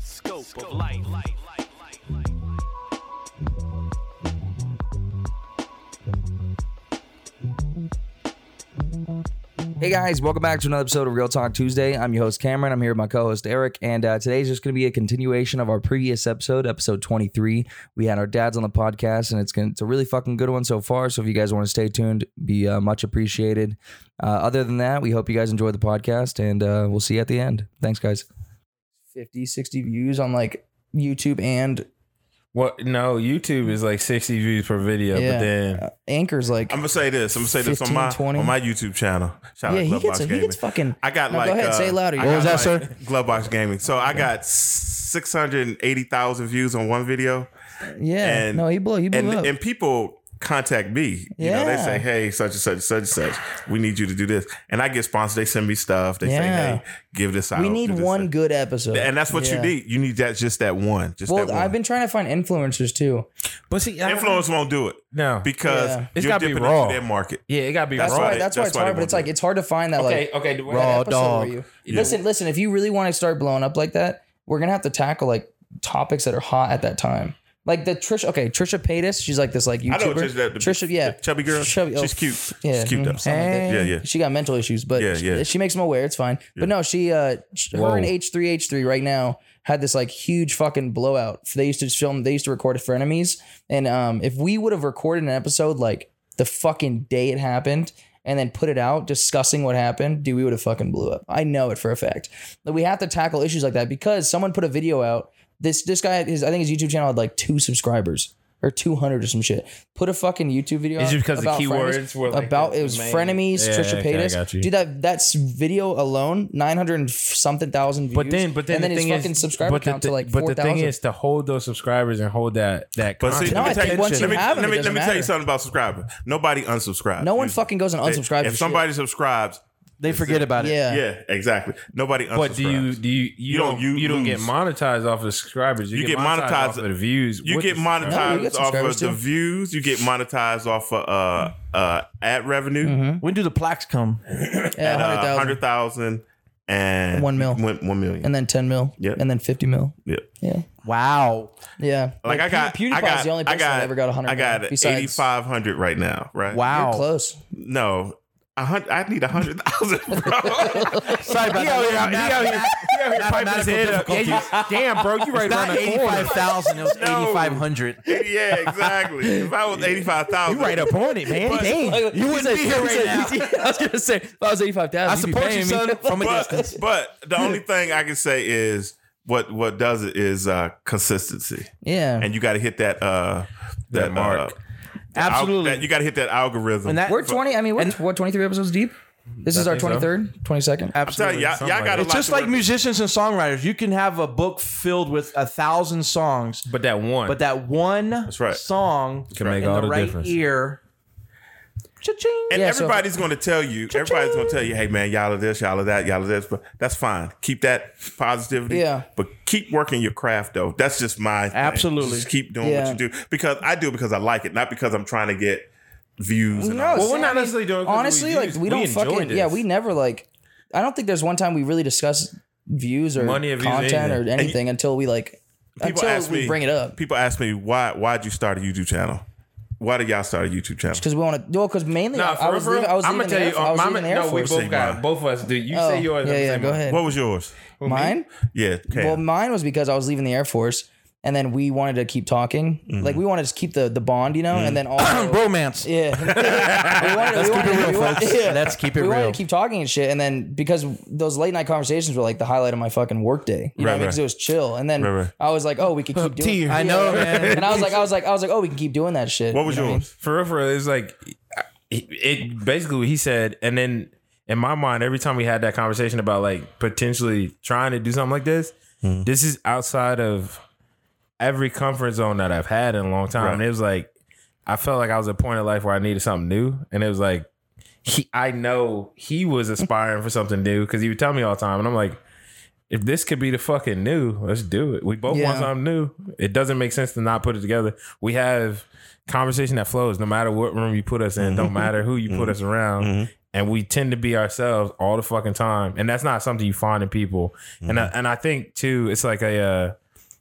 scope of life. Hey guys, welcome back to another episode of Real Talk Tuesday. I'm your host Cameron. I'm here with my co-host Eric, and uh, today's just going to be a continuation of our previous episode, episode 23. We had our dads on the podcast, and it's gonna, it's a really fucking good one so far. So if you guys want to stay tuned, be uh, much appreciated. Uh, other than that, we hope you guys enjoy the podcast, and uh, we'll see you at the end. Thanks, guys. 50, 60 views on like YouTube and What? No, YouTube is like 60 views per video, Yeah. uh, but then anchors like I'm gonna say this. I'm gonna say this 15, on my 20. on my YouTube channel. Shout yeah, out he Glovebox gets he Gaming. gets fucking. I got No, like go ahead, uh, say it louder. I What was got that, like- Glovebox Gaming. So I got 680 thousand views on one video, Yeah, and- no, he blew he blew and up. and people contact me. You know, they Yeah. say, "Hey, such and such, such and such. We need you to do this." And I get sponsors. They send me stuff. They say, Yeah. "Hey, give this out." we do need this, one that." good episode, And that's what Yeah. you need. You need that just that one. Just that Well, one. I've been trying to find influencers too. but see, I, Influence won't do it no, because Yeah. It's you're gotta be dipping raw. into that market. yeah, it gotta be That's raw. why. they- That's why that's it's why they hard. But won't it's like do it. it's hard to find that okay, like okay, we're- raw that- episode where dog. you- Yeah. Listen, listen. If you really want to start blowing up like that, we're gonna have to tackle like topics that are hot at that time. Like the Trisha. Okay, Trisha Paytas. She's like this like YouTuber. I know Trisha, that, the, Trisha, yeah. the chubby girl. Chubby- oh, she's cute. yeah, she's cute mhm, though. something like that. Yeah, yeah. She got mental issues, but Yeah, yeah. She, she makes them aware. It's fine. But Yeah. no, she uh, sh- her Whoa. and H three H three right now had this like huge fucking blowout. They used to film. They used to record for enemies, and um, if we would have recorded an episode like the fucking day it happened. And then put it out discussing what happened, dude. We would have fucking blew up. I know it for a fact. But we have to tackle issues like that because someone put a video out. This this guy, his I think his YouTube channel had like two subscribers or two hundred or some shit. Put a fucking YouTube video. It's out just because the about frenemies keywords were like about the it was main- frenemies, Yeah, Trisha okay, I Paytas. got you. Dude, that that's video alone, nine hundred and f- something thousand views. But then, but then, and then the his thing fucking is, subscriber but the count thi- to like but four the thing thousand. is to hold those subscribers and hold that that. But see, content. No, I let me tell think you, once you let me, have 'em, let it me, doesn't let me tell matter. you something about subscribers. Nobody unsubscribes. No one Usually. fucking goes and They- unsubscribes. If somebody subscribes, They forget about it. yeah. yeah. exactly. Nobody unsubscribes. But do you do you you, You don't, don't- you, you don't get lose. monetized off of the subscribers. You, You get, get monetized, monetized- off of the views. You with get the subscribers. No, you get monetized off subscribers of the too. views. You get monetized off of uh, uh, ad revenue When do the plaques come? yeah, at Mm-hmm. hundred thousand, uh, hundred thousand and One mil. one, one million. and then ten mil, Yep. and then fifty mil. yeah. Yeah, Wow. yeah. Like, I got, Pew- I PewDiePie's got, the only I person that got, ever got hundred. I got eighty five hundred right now. Right? You're Wow. close. No, a hundred. I need a hundred thousand, bro. Sorry about He out here, he out here, he out here piping his Mathematical head up. Yeah, you, damn, bro, you right Not around the corner. 85,000. It was No. 8,500. yeah, exactly. If I was eighty five thousand, You right up on it, man. Damn. you wouldn't be here right now. I was gonna say, if I was eighty-five thousand, I support you, son, from a but, distance. but the only thing I can say is what what does it is uh, consistency, Yeah, and you got to hit that uh, that, That mark. uh, al- Absolutely. that- you got to hit that algorithm. And that- we're twenty. I mean, we're what twenty-three episodes deep. This is our think so. twenty-third, twenty-second. I'm telling you, y'all, Something y'all like got a It's lot just to like work- musicians and songwriters. You can have a book filled with a thousand songs, But that one. but that one right. song Can make in all the the right difference. ear. Cha-ching. And Yeah, so- everybody's going to tell you, everybody's going to tell you, hey man, y'all are this, y'all are that, y'all are this, but that's fine. Keep that positivity. Yeah. But keep working your craft though. That's just my thing. Absolutely. Just keep doing Yeah. what you do because I do it because I like it, not because I'm trying to get views. And all No, that. well, we're I not mean, necessarily doing. it 'cause honestly, like used- we don't enjoyed fucking this. yeah, we never like. I don't think there's one time we really discuss views or Money or views, content anything. or anything until we like People until ask we me- bring it up People ask me why why'd you start a YouTube channel? Why did y'all start a YouTube channel? because we want to do because mainly Nah, I, for I real, was for real, leaving, I was I'm leaving gonna the Air, tell you. I uh, was mama- leaving the Air No, we Force. both Say got mine. both of us. Do you Oh, say yours? yeah, I'm yeah, saying go mine. ahead. What was yours? Mine. Yeah. Cam. Well, mine was because I was leaving the Air Force, and then we wanted to keep talking. Like we wanted to keep the the bond, you know, and then also Bromance. Yeah. we wanted, Let's keep it real, folks. Let's keep it we wanted real. to keep talking and shit. And then because those late night conversations were like the highlight of my fucking workday. You know what I mean? Right, right. Because it was chill. And then Right, right. I was like, oh, we could keep doing tears. I know, man. And I was like, I was like, I was like, oh, we can keep doing that shit. What was You know I mean? yours? For real, for real, it's like I- it, it basically what he said, and then in my mind, every time we had that conversation about like potentially trying to do something like this, Hmm. this is outside of every comfort zone that I've had in a long time. Right. And it was like I felt like I was at a point in life where I needed something new, and it was like he, I know he was aspiring for something new because he would tell me all the time, and I'm like. If this could be the fucking new, let's do it. We both Yeah. want something new. It doesn't make sense to not put it together. We have conversation that flows no matter what room you put us in, don't matter who you put us around. And we tend to be ourselves Mm-hmm. all the fucking time. And that's not something you find in people. And I, and I think too, it's like a uh,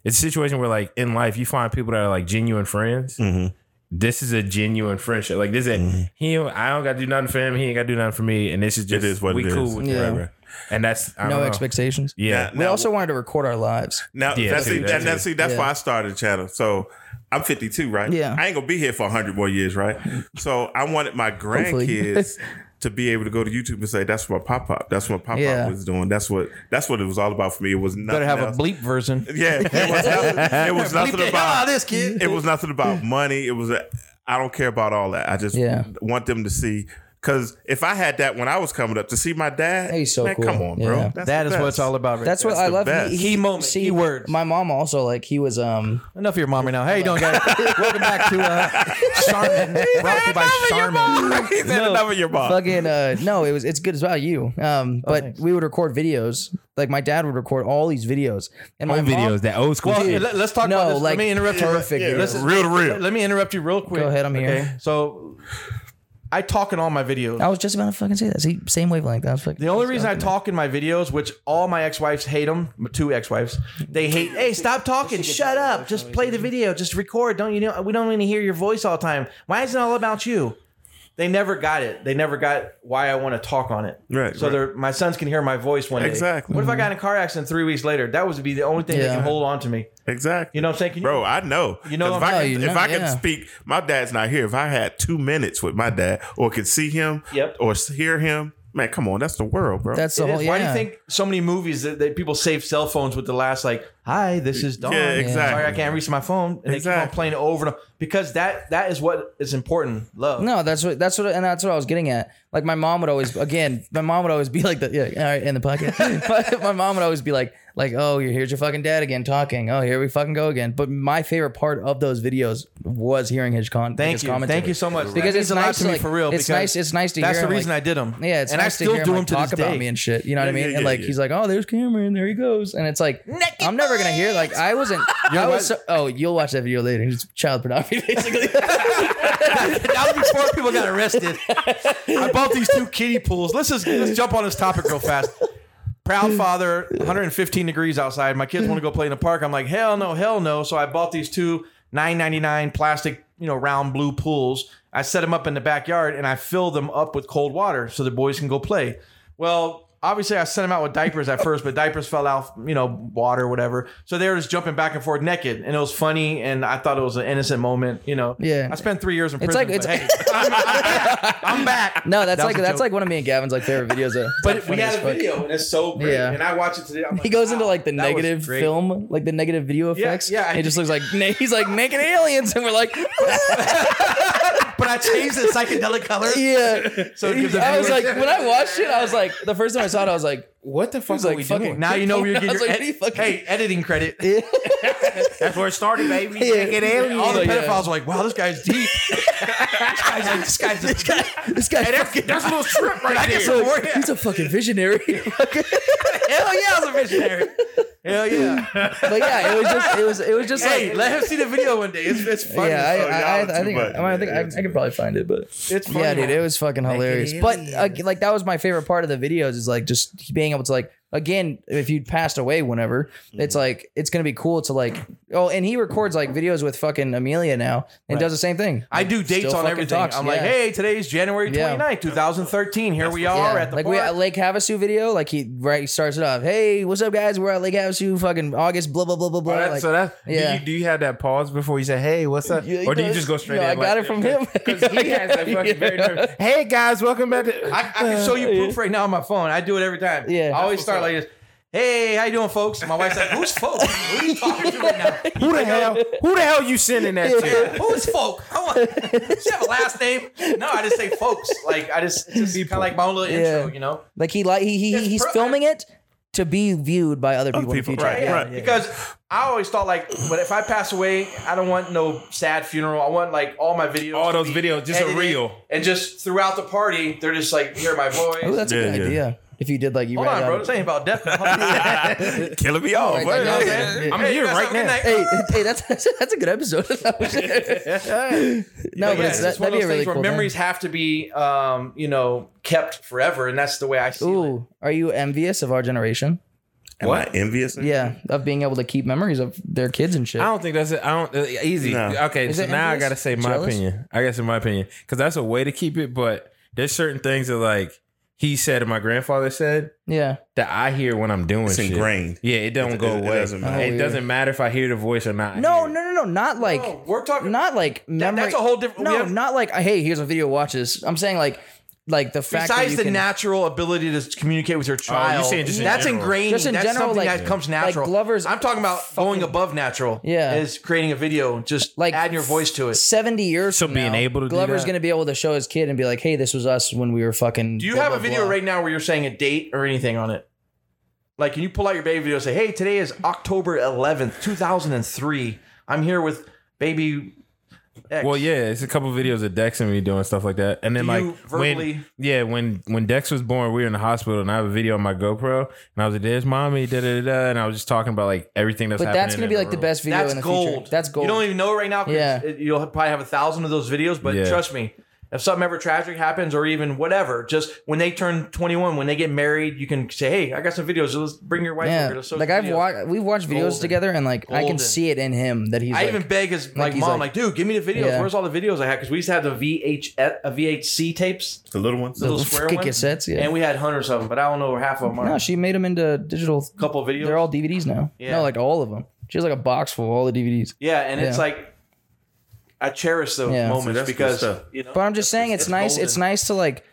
it's a situation where like in life you find people that are like genuine friends. Mhm. This is a genuine friendship. Like this is a, he. I don't got to do nothing for him. He ain't got to do nothing for me. And this is just Mm-hmm. it is what we it is. cool. With Yeah. it. And that's I no don't know. expectations. Yeah, Now- we now- also wanted to record our lives. Now Yeah, that's too, see, that and too. that's see that's Yeah. why I started the channel. So I'm 52, right? Yeah. I ain't gonna be here for 100 more years, right? So I wanted my Hopefully. grandkids to be able to go to YouTube and say, "That's what Pop Pop. That's what Pop Pop Yeah. was doing. That's what that's what it was all about for me. It was nothing Better have else. a bleep version. Yeah, it was nothing, it was nothing about this kid. it was nothing about money. It was I I don't care about all that. I just Yeah. want them to see. Cause if I had that when I was coming up to see my dad, He's so man, cool. come on, bro. Yeah. That's That the is what it's best. all about. Right That's what I the love. best. Key moments, see, key words. My mom also like he was um Enough of your mommy now. Hey, you doing, guys? Welcome back to uh, Charmin, brought to you by Charmin. He said No. enough of your mom. fucking uh no it was it's good as about you um but Oh, thanks. we would record videos like my dad would record all these videos and my Home mom- videos that old school Well, shit. let, us talk No, about this. like, let me interrupt you. horrific Yeah, let's- videos. Real to real. Let me interrupt you real quick. Go ahead, I'm here. So I talk in all my videos. Oh, I was just about to fucking say that See, same wavelength I was fucking The only reason I talk in my videos, which all my ex-wives hate them, two ex-wives, they hate. Hey, stop talking! Shut up! Just play the video. Just record. Don't you know? We don't want to hear your voice all the time. Why is it all about you? They never got it. They never got why I want to talk on it. Right, So right. they're my sons can hear my voice one day. Exactly. Mm-hmm. What if I got in a car accident three weeks later? That would be the only thing they Yeah. can hold on to me. Exactly. You know what I'm saying? Can you- Bro, I know. You know 'Cause if what I could, I'm saying? No, you if know, I could yeah. speak, my dad's not here. If I had two minutes with my dad, or could see him, Yep. or s- hear him, man, come on, that's the world, bro. that's It the is. whole yeah. Why do you think so many movies that, that people save cell phones with the last like, "Hi, this is Don." Yeah, Sorry, I exactly. can't reach my phone, and they keep on Exactly. playing it over and over because that that is what is important. Love. no that's what that's what and that's what I was getting at like my mom would always again my mom would always be like that yeah all right in the pocket but my mom would always be like like oh you're here's your fucking dad again talking oh here we fucking go again but my favorite part of those videos was hearing his con Thank his you. commentary. Thank you so much. Because That it's means a lot nice to to, me like- for real. it's because nice- it's nice to That's hear the him, reason like- I did them. Yeah, it's and nice I still to hear do him, them like, to talk this day. about me and shit. You know what I Yeah, mean? yeah, and yeah, like yeah. he's like, "Oh, there's Cameron, there he goes," and it's like, I'm never gonna hear. Like I wasn't. I was. So, oh, you'll watch that video later. It's child pornography, basically. that was before people got arrested. I bought these two kiddie pools. Let's just let's jump on this topic real fast. Proud father, 115 degrees outside. My kids want to go play in the park. I'm like, hell no, hell no. So I bought these two 9.99 plastic, you know, round blue pools. I set them up in the backyard and I fill them up with cold water so the boys can go play. Well, obviously I sent them out with diapers at first, but diapers fell out, you know, water, whatever. So they were just jumping back and forth naked, and it was funny, and I thought it was an innocent moment, you know. Yeah. I spent three years in It's prison. like- but it's- hey. I'm, I'm back. I'm back. no, that's That was like a that's joke. like one of me and Gavin's like favorite videos. Though. It's, like, But we funny had as a fuck. video and it's so pretty. Yeah. And I watch it today. I'm like, He goes wow, into like the that was negative great. film, like the negative video effects. yeah, and I- it just looks like he's like naked aliens, and we're like, But I changed the psychedelic color. yeah. So it gives I it- was like, when I watched it, I was like, the first time I saw it, I was like, what the fuck was like, fucking- now you know where you I get was like, your ed- what are you fucking- hey editing credit. That's where it started, baby. Naked aliens. All the Yeah. pedophiles are like, wow, this guy's deep. this guy's like, this guy's a God, this guy, Hey, that's, that's a little strip right there. he's, a, he's a fucking visionary. Hell yeah, I was a missionary. Hell yeah. but yeah, it was just it was it was just hey, like let him see the video one day. It's, it's funny. yeah, I, I, so y'all are I, I too think much. I, mean, I think Yeah, I, you're too I could probably find it, but it's funny. yeah, dude, it was fucking hilarious. But uh, like that was my favorite part of the videos is like just being able to like again if you passed away whenever Mm-hmm. it's like it's gonna be cool to like oh and he records like videos with fucking Amelia now and does the same thing. I do dates Still on fucking everything. talks, I'm like, yeah. hey, today's January 29th, Yeah. 2013. Here Oh, we Yeah, are at the like park. we a Lake Havasu video, like he right he starts it off. Hey, what's up, guys? We're at Lake Havasu, fucking August, blah blah blah blah blah. Oh, that- Like, so that yeah. do you do you have that pause before you say, "Hey, what's up?" Yeah, he or do you does. just go straight No, in? I got it from him. because he has that fucking very nervous. Hey guys, welcome back. to... I, I can show you proof right now on my phone. I do it every time. Uh, Yeah. I always start like this. Hey, how you doing, folks? My wife's like, who's folks? Who are you talking to right now? who the hell? Who the hell you sending that to? Who's folk? I want. Does she have a last name? No, I just say folks. Like I just, it's just kind of like my own little Yeah. intro, you know. like he like he, he It's he's pro- filming it to be viewed by other people, people, in the future. right, Yeah. right. Because I always thought like, but if I pass away, I don't want no sad funeral. I want like all my videos, All to those be videos, just a edited. reel. and just throughout the party, they're just like hear my voice. Oh, that's a Yeah, good yeah. idea. If you did like you Hold write on, out- bro. This ain't about death. I'm Killing me off. Right, like, Hey, y'all hey, said- I'm here right now. Hey, hey, that's that's a good episode. no, but yeah, it's, it's that, just one that'd be a of those things really where cool. memories have to be, um, you know, kept forever, and that's the way I see thing. it. Ooh, are you envious of our generation? Am What? I envious? of- Yeah, of being able to keep memories of their kids and shit. I don't think that's it. I don't uh, easy. No. Okay, Is so it now I envious? gotta say my Jealous? opinion. I guess in my opinion, because that's a way to keep it. But there's certain things that like he said and my grandfather said Yeah, that I hear when I'm doing. It's shit. ingrained. Yeah, it don't It- go it- away. it It, doesn't, doesn't matter. Oh, matter if I hear the voice or not. I no, hear it. no, no, no, not like No, Oh, we're talking. not like memory. that's a whole different. we No, have- not like hey, here's a video. Watch this. I'm saying like like the fact that besides you the can, natural ability to communicate with your child. saying just in that's general. ingrained. Just in that's general, something like- that comes like natural. Glover's I'm talking about going above natural. Yeah. is creating a video, just Like like adding your voice to it. 70 years So from being now, able to do Glover's that? going to be able to show his kid and be like, "Hey, this was us when we were fucking." Do you have a video right now where you're saying a date or anything on it? Like, can you pull out your baby video and say, "Hey, today is October 11th, 2003. I'm here with baby." X." Well, yeah, it's a couple videos of Dex and me doing stuff like that, and then Do like you verbally- when yeah when when Dex was born, we were in the hospital, and I have a video on my GoPro, and I was like, "There's mommy," da da da, da," and I was just talking about like everything that's. But that's going to happening be in like the room. best video that's in the gold. future. That's gold. You don't even know it right now. 'cause Yeah. it- you'll probably have a thousand of those videos, but Yeah. trust me, if something ever tragic happens or even whatever, just when they turn 21, when they get married, you can say, "Hey, I got some videos. Let's bring your wife over." yeah, To social like I've media." watched, we've watched videos Golden. together, and like I can Golden. see it in him that he's. I like, even beg his like, he's mom, like- like, dude, give me the videos. Yeah. Where's all the videos I had? Because we used to have the VH uh, VHC tapes, The little ones. the little square fucking ones, cassettes, yeah. and we had hundreds of them. But I don't know where half of them are. No, she made them into digital. couple videos. They're all DVDs now. Yeah. No, like all of them. She has like a box full of all the DVDs. yeah, and it's Yeah. like I cherish those Yeah. See, moments that's good because stuff. you know. But I'm just saying, it's, it's nice. golden. It's nice to like,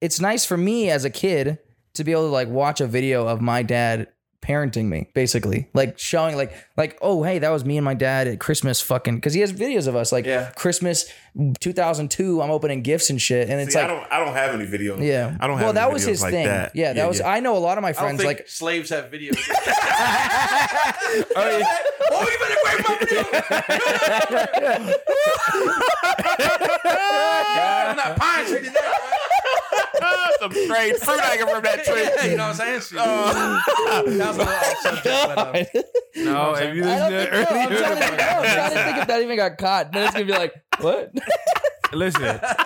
it's nice for me as a kid to be able to like watch a video of my dad parenting me, basically, like showing like like oh hey that was me and my dad at Christmas fucking because he has videos of us like Yeah. Christmas 2002 I'm opening gifts and shit and it's See, I like don't. I don't have any videos. yeah I don't have. well any that was videos his like thing That. yeah that was I know a lot of my I don't friends think like slaves have videos. Oh, yeah. oh, you better wait my I'm not pine tree today. some straight fruit hanging from that Yeah, Uh, you know what I'm saying? that was a little off subject, but, uh, No, if you I listen don't to think it so. I'm trying to earlier, think, no, I'm trying to think if that even got caught then it's gonna be like what listen.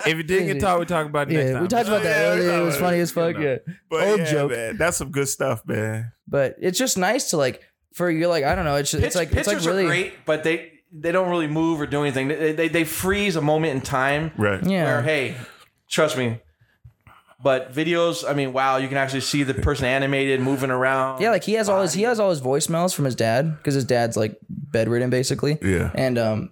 If you did get taught, we talk about it next yeah time. we talked about that Yeah, earlier no, it was funny as no. fuck yeah But Old yeah, joke. man, that's some good stuff, man. but it's just nice to like for you like I don't know it's just, it's like it's pictures like really are great, but they they don't really move or do anything. They they, they freeze a moment in time. Right. Where yeah hey, trust me. But videos, I mean, wow, you can actually see the person animated moving around. yeah like he has all his he has all his voicemails from his dad because his dad's like bedridden basically Yeah. and um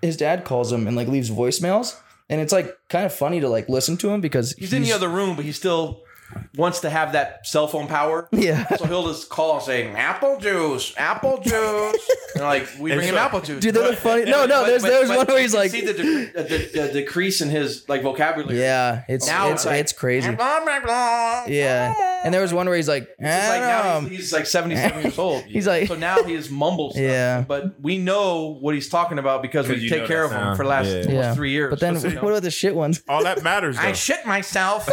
his dad calls him and like leaves voicemails and it's like kind of funny to like listen to him because he's, in the other room, but he still wants to have that cell phone power. yeah So he'll just call and say, "Apple juice, apple juice," and like we bring him so- apple juice. dude they're the funny no no But- there's but- there's but one where you he's can like see the, dec- the, the, the decrease in his like vocabulary. yeah it's Now it's it's like- it's crazy Yeah. yeah and there was one where he's like It's I like now don't know. he's, he's like 77 years old. He's like- so now he just mumbles. stuff. Yeah. But we know what he's talking about because we you know take care that of him sound. for the last Yeah. almost yeah three years. but then So, you know, what about the shit ones All that matters. Though. I shit myself.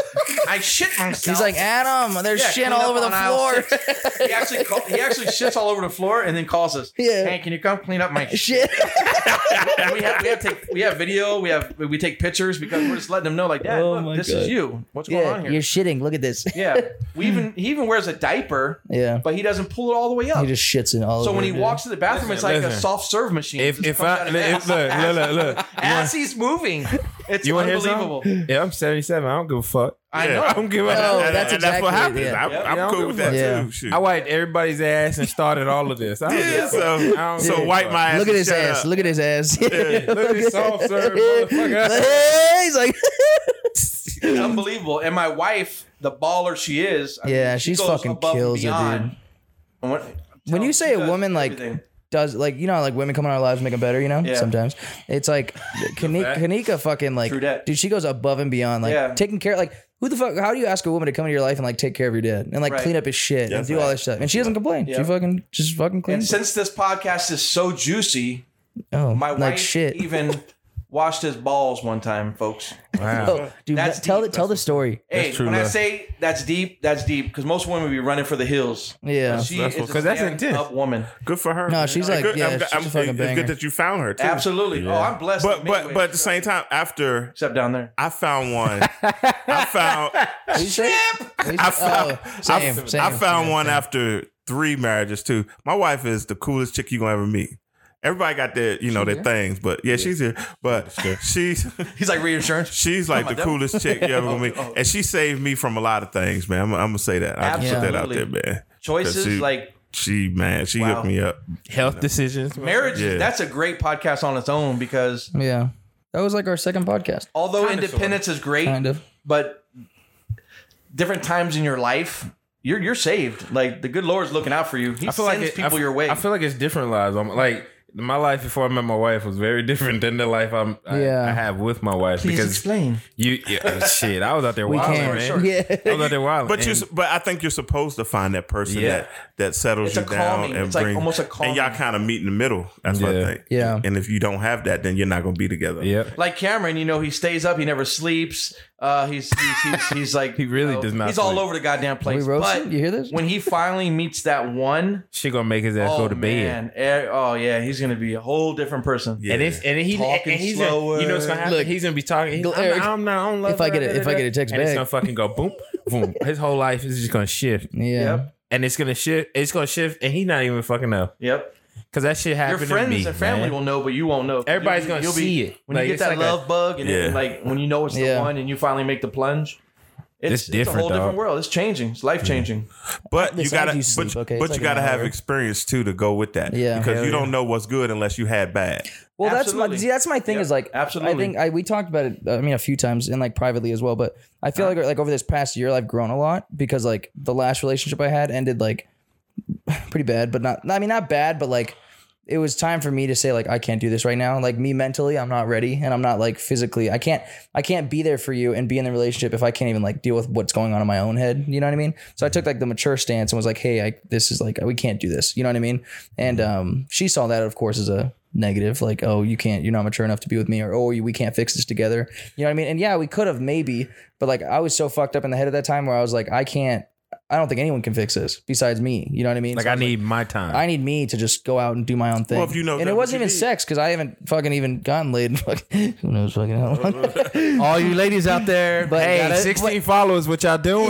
I shit myself. he's like Adam there's Yeah, shit clean all up over the on aisle floor six. he actually call, he actually shits all over the floor and then calls us. Yeah. Hey, can you come clean up my shit? shit And we have we have take we have video. We have we take pictures because we're just letting them know like, Dad, Oh look, my this God. is you. What's going yeah on you're here? shitting look at this Yeah. We even he even wears a diaper, yeah but he doesn't pull it all the way up. he just shits in all So over when he dude. walks to the bathroom, it's like Listen, a listen. soft serve machine. If Just if comes I out of his if, ass. look look look look. You want- as he's moving, it's You want to hear unbelievable. something? Yeah, I'm 77. I don't give a fuck. I Yeah. know. I don't give a No, fuck. Oh, that's and that's exactly it, what happens. yeah. I'm, Yep. I'm Yeah, I don't cool give with a that fuck. too. Shoot. I wiped everybody's ass and started all of this. I don't give yeah, a fuck. I don't so so give a wipe fuck. my ass. Look at and his shut ass. up. Look at his ass. Look at this soft serve, motherfucker. He's like, It's unbelievable. And my wife, the baller she is, I Yeah, mean, she she's goes fucking above and kills it, beyond. dude. And what- when you she say a does woman like everything. does like you know how, like women come in our lives make them better, you know. Yeah. Sometimes it's like Kanika, fact. Kanika fucking like True dat. dude, she goes above and beyond, like Yeah. taking care. Like who the fuck? How do you ask a woman to come into your life and like take care of your dad and like Right. clean up his shit and That's do all that stuff? And she doesn't complain. She Yeah. fucking just fucking and cleans. since this podcast is so juicy, oh, my like wife shit. even washed his balls one time, folks. Wow. oh, dude, That's tell deep. the tell the story. Hey, true when I love. say that's deep, that's deep because most women would be running for the hills. Yeah. But she That's is what- a 'cause that's stand intense. Up woman, Good for her. No, man. she's I'm like- good. yeah, I'm- she's a I'm- fucking it's banger. good that you found her too. absolutely. Oh, I'm blessed. in But many but but at the ways. same time, after except down there. I found one, I found What'd you say? What'd you say? I found Oh, I same, f- same, I found same, one same. after three marriages too. My wife is the coolest chick you gonna ever meet. Everybody got their, you know, their things, but yeah, she's here. But she's He's like reinsurance. she's like Talking the about them? coolest chick you ever gonna meet, Oh, oh. and she saved me from a lot of things, man. I'm, I'm gonna say that. I can put that out there, Absolutely. man. Choices She- like She man, she Wow. hooked me up. Health decisions. marriage. Yeah. That's a great podcast on its own because Yeah. That was like our second podcast, although Kinda, independence is great, kind of. but different times in your life, you're you're saved. Like the good Lord's looking out for you. He I feel sends like it, I people f- your way. I feel like it's different lives. I'm like my life before I met my wife was very different than the life I'm I, Yeah. I have with my wife Please because explain. you yeah, oh, shit. I was out there We wilding, can. man. I was Yeah. out there wilding. But you, and- but I think you're supposed to find that person Yeah. that that settles It's you a down calming. and It's like bring almost a and y'all calming. kind of meet in the middle. That's what Yeah. I think. Yeah. And if you don't have that, then you're not gonna be together. yeah. Like Cameron, you know, he stays up, he never sleeps. Uh, he's, he's, he's, he's like, He really you know, does not He's all sleep. over the goddamn place. roast But him? You hear this? When he finally meets that one, She gonna make his ass oh, go to bed. man. Eh, Oh, yeah, he's going to be a whole different person. Yeah. And it's and he Talking and he's slower. Gonna, you know what's gonna happen? Look, he's gonna be talking. He's, look, I'm, Eric, not- I'm not. I don't love if I her, get a- da, if da, I get da. a text and it's back. gonna fucking go boom, boom. His whole life is just gonna shift, Yeah. Yep. and it's gonna shift. It's gonna shift, and he's not even fucking up Yep. because that shit Your happened friends to me. and family man. will know, but you won't know. Everybody's You'll be- gonna you'll be- see it. When Like, you get it's that like a- love bug and then, Yeah. like when you know it's the Yeah. one and you finally make the plunge, it's, It's it's, a different, whole different dog. world. It's changing. It's life changing. But you Besides gotta, you sleep, but, okay, but it's you like gotta an have hour. experience too to go with that. Yeah. because Hell you don't know what's good unless you had bad. Well, that's my Absolutely. see, that's my thing Yep, is like absolutely. I think I we talked about it. uh, I mean, a few times and like privately as well. But I Uh-huh. feel like like over this past year, I've grown a lot because like the last relationship I had ended like pretty bad, but not. I mean, not bad, but like it was time for me to say like I can't do this right now. Like me mentally, I'm not ready, and I'm not like physically. I can't. I can't be there for you and be in the relationship if I can't even like deal with what's going on in my own head. You know what I mean? So I took like the mature stance and was like, hey, I this is like we can't do this. You know what I mean? And um, she saw that of course as a negative, like oh you can't, you're not mature enough to be with me, or oh you- we can't fix this together. You know what I mean? And yeah, we could have maybe, but like I was so fucked up in the head at that time where I was like, I can't. I don't think anyone can fix this besides me. You know what I mean? Like So I was need my time. I need me to just go out and do my own thing. if you know and that it what wasn't you even need. sex because I haven't fucking even gotten laid. in fucking- Who knows fucking how long? All you ladies out there, But hey, Got it. sixteen followers. What y'all doing?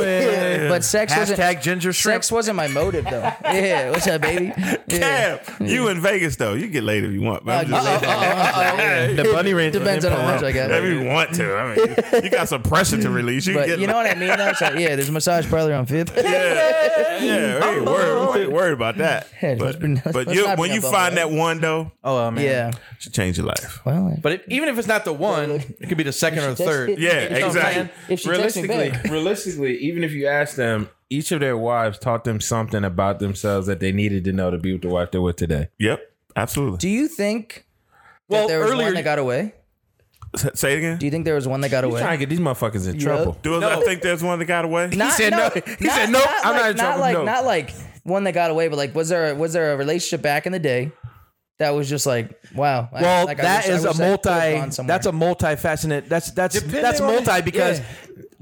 but sex wasn't hashtag ginger shrimp. sex wasn't my motive though. yeah, what's up, baby? Yeah. Uh, Cam, you in Vegas though, you get laid if you want. But I'm Uh-oh, just saying, uh-oh, uh-oh. The bunny ranch uh, Depends on how much I if got. you want to, I mean, you- you got some pressure to release. You can But get you know laid. what I mean though? It's like, yeah, there's a massage parlor on Fifth. Yeah, yeah, we ain't worried, we ain't worried about that. Yeah, let's But, bring- let's but not you, bring when up you all find that. that one though, Oh man. yeah. it should change your life. Well, But it, even if it's not the one, it could be the second or the third. it. Yeah, You know what I'm exactly. saying? if she texts me realistically, back, realistically, even if you ask them, each of their wives taught them something about themselves that they needed to know to be with the wife they're with today. Yep, absolutely. do you think that Well, there was earlier- one that got away? S- Say it again. Do you think there was one that got Trying away? to get these motherfuckers in trouble. Do I think there's one that got away? Not- said no. He said, "Nope, I'm not like, in trouble, like no." not like one that got away, but like was there a, was there a relationship back in the day that was just like wow? I- Well, like, I that wish- I is a wish I could've gone multi. somewhere. That's a multifaceted. That's that's Depending that's on- multi because yeah.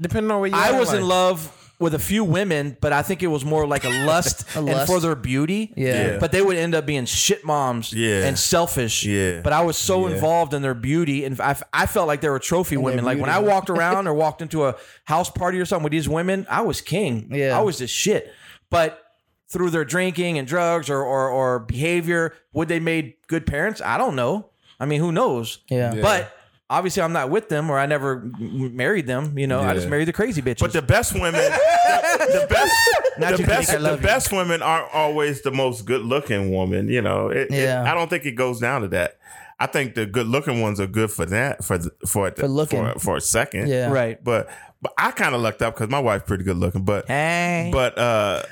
Depending on what you I are was like. in love with a few women, but I think it was more like a lust and lust. for their beauty. Yeah. Yeah. But they would end up being shit moms Yeah. and selfish. Yeah. But I was so involved in their beauty, and I, I felt like they were trophy women. Like when I beauty. walked around or walked into a house party or something with these women, I was king. Yeah. I was the shit. But through their drinking and drugs or or, or behavior, would they made good parents? I don't know. I mean, who knows? Yeah. Yeah. But obviously, I'm not with them, or I never m- married them. You know, I just Yeah. married the crazy bitches. But the best women, the, the best, Not the you, best, Nick, I the love you. best women aren't always the most good looking woman. You know, It- it- Yeah. I don't think it goes down to that. I think the good looking ones are good for that for the- for the- For looking. for, for a second. yeah, right. But but I kind of lucked up because my wife's pretty good looking. But Hey. but uh,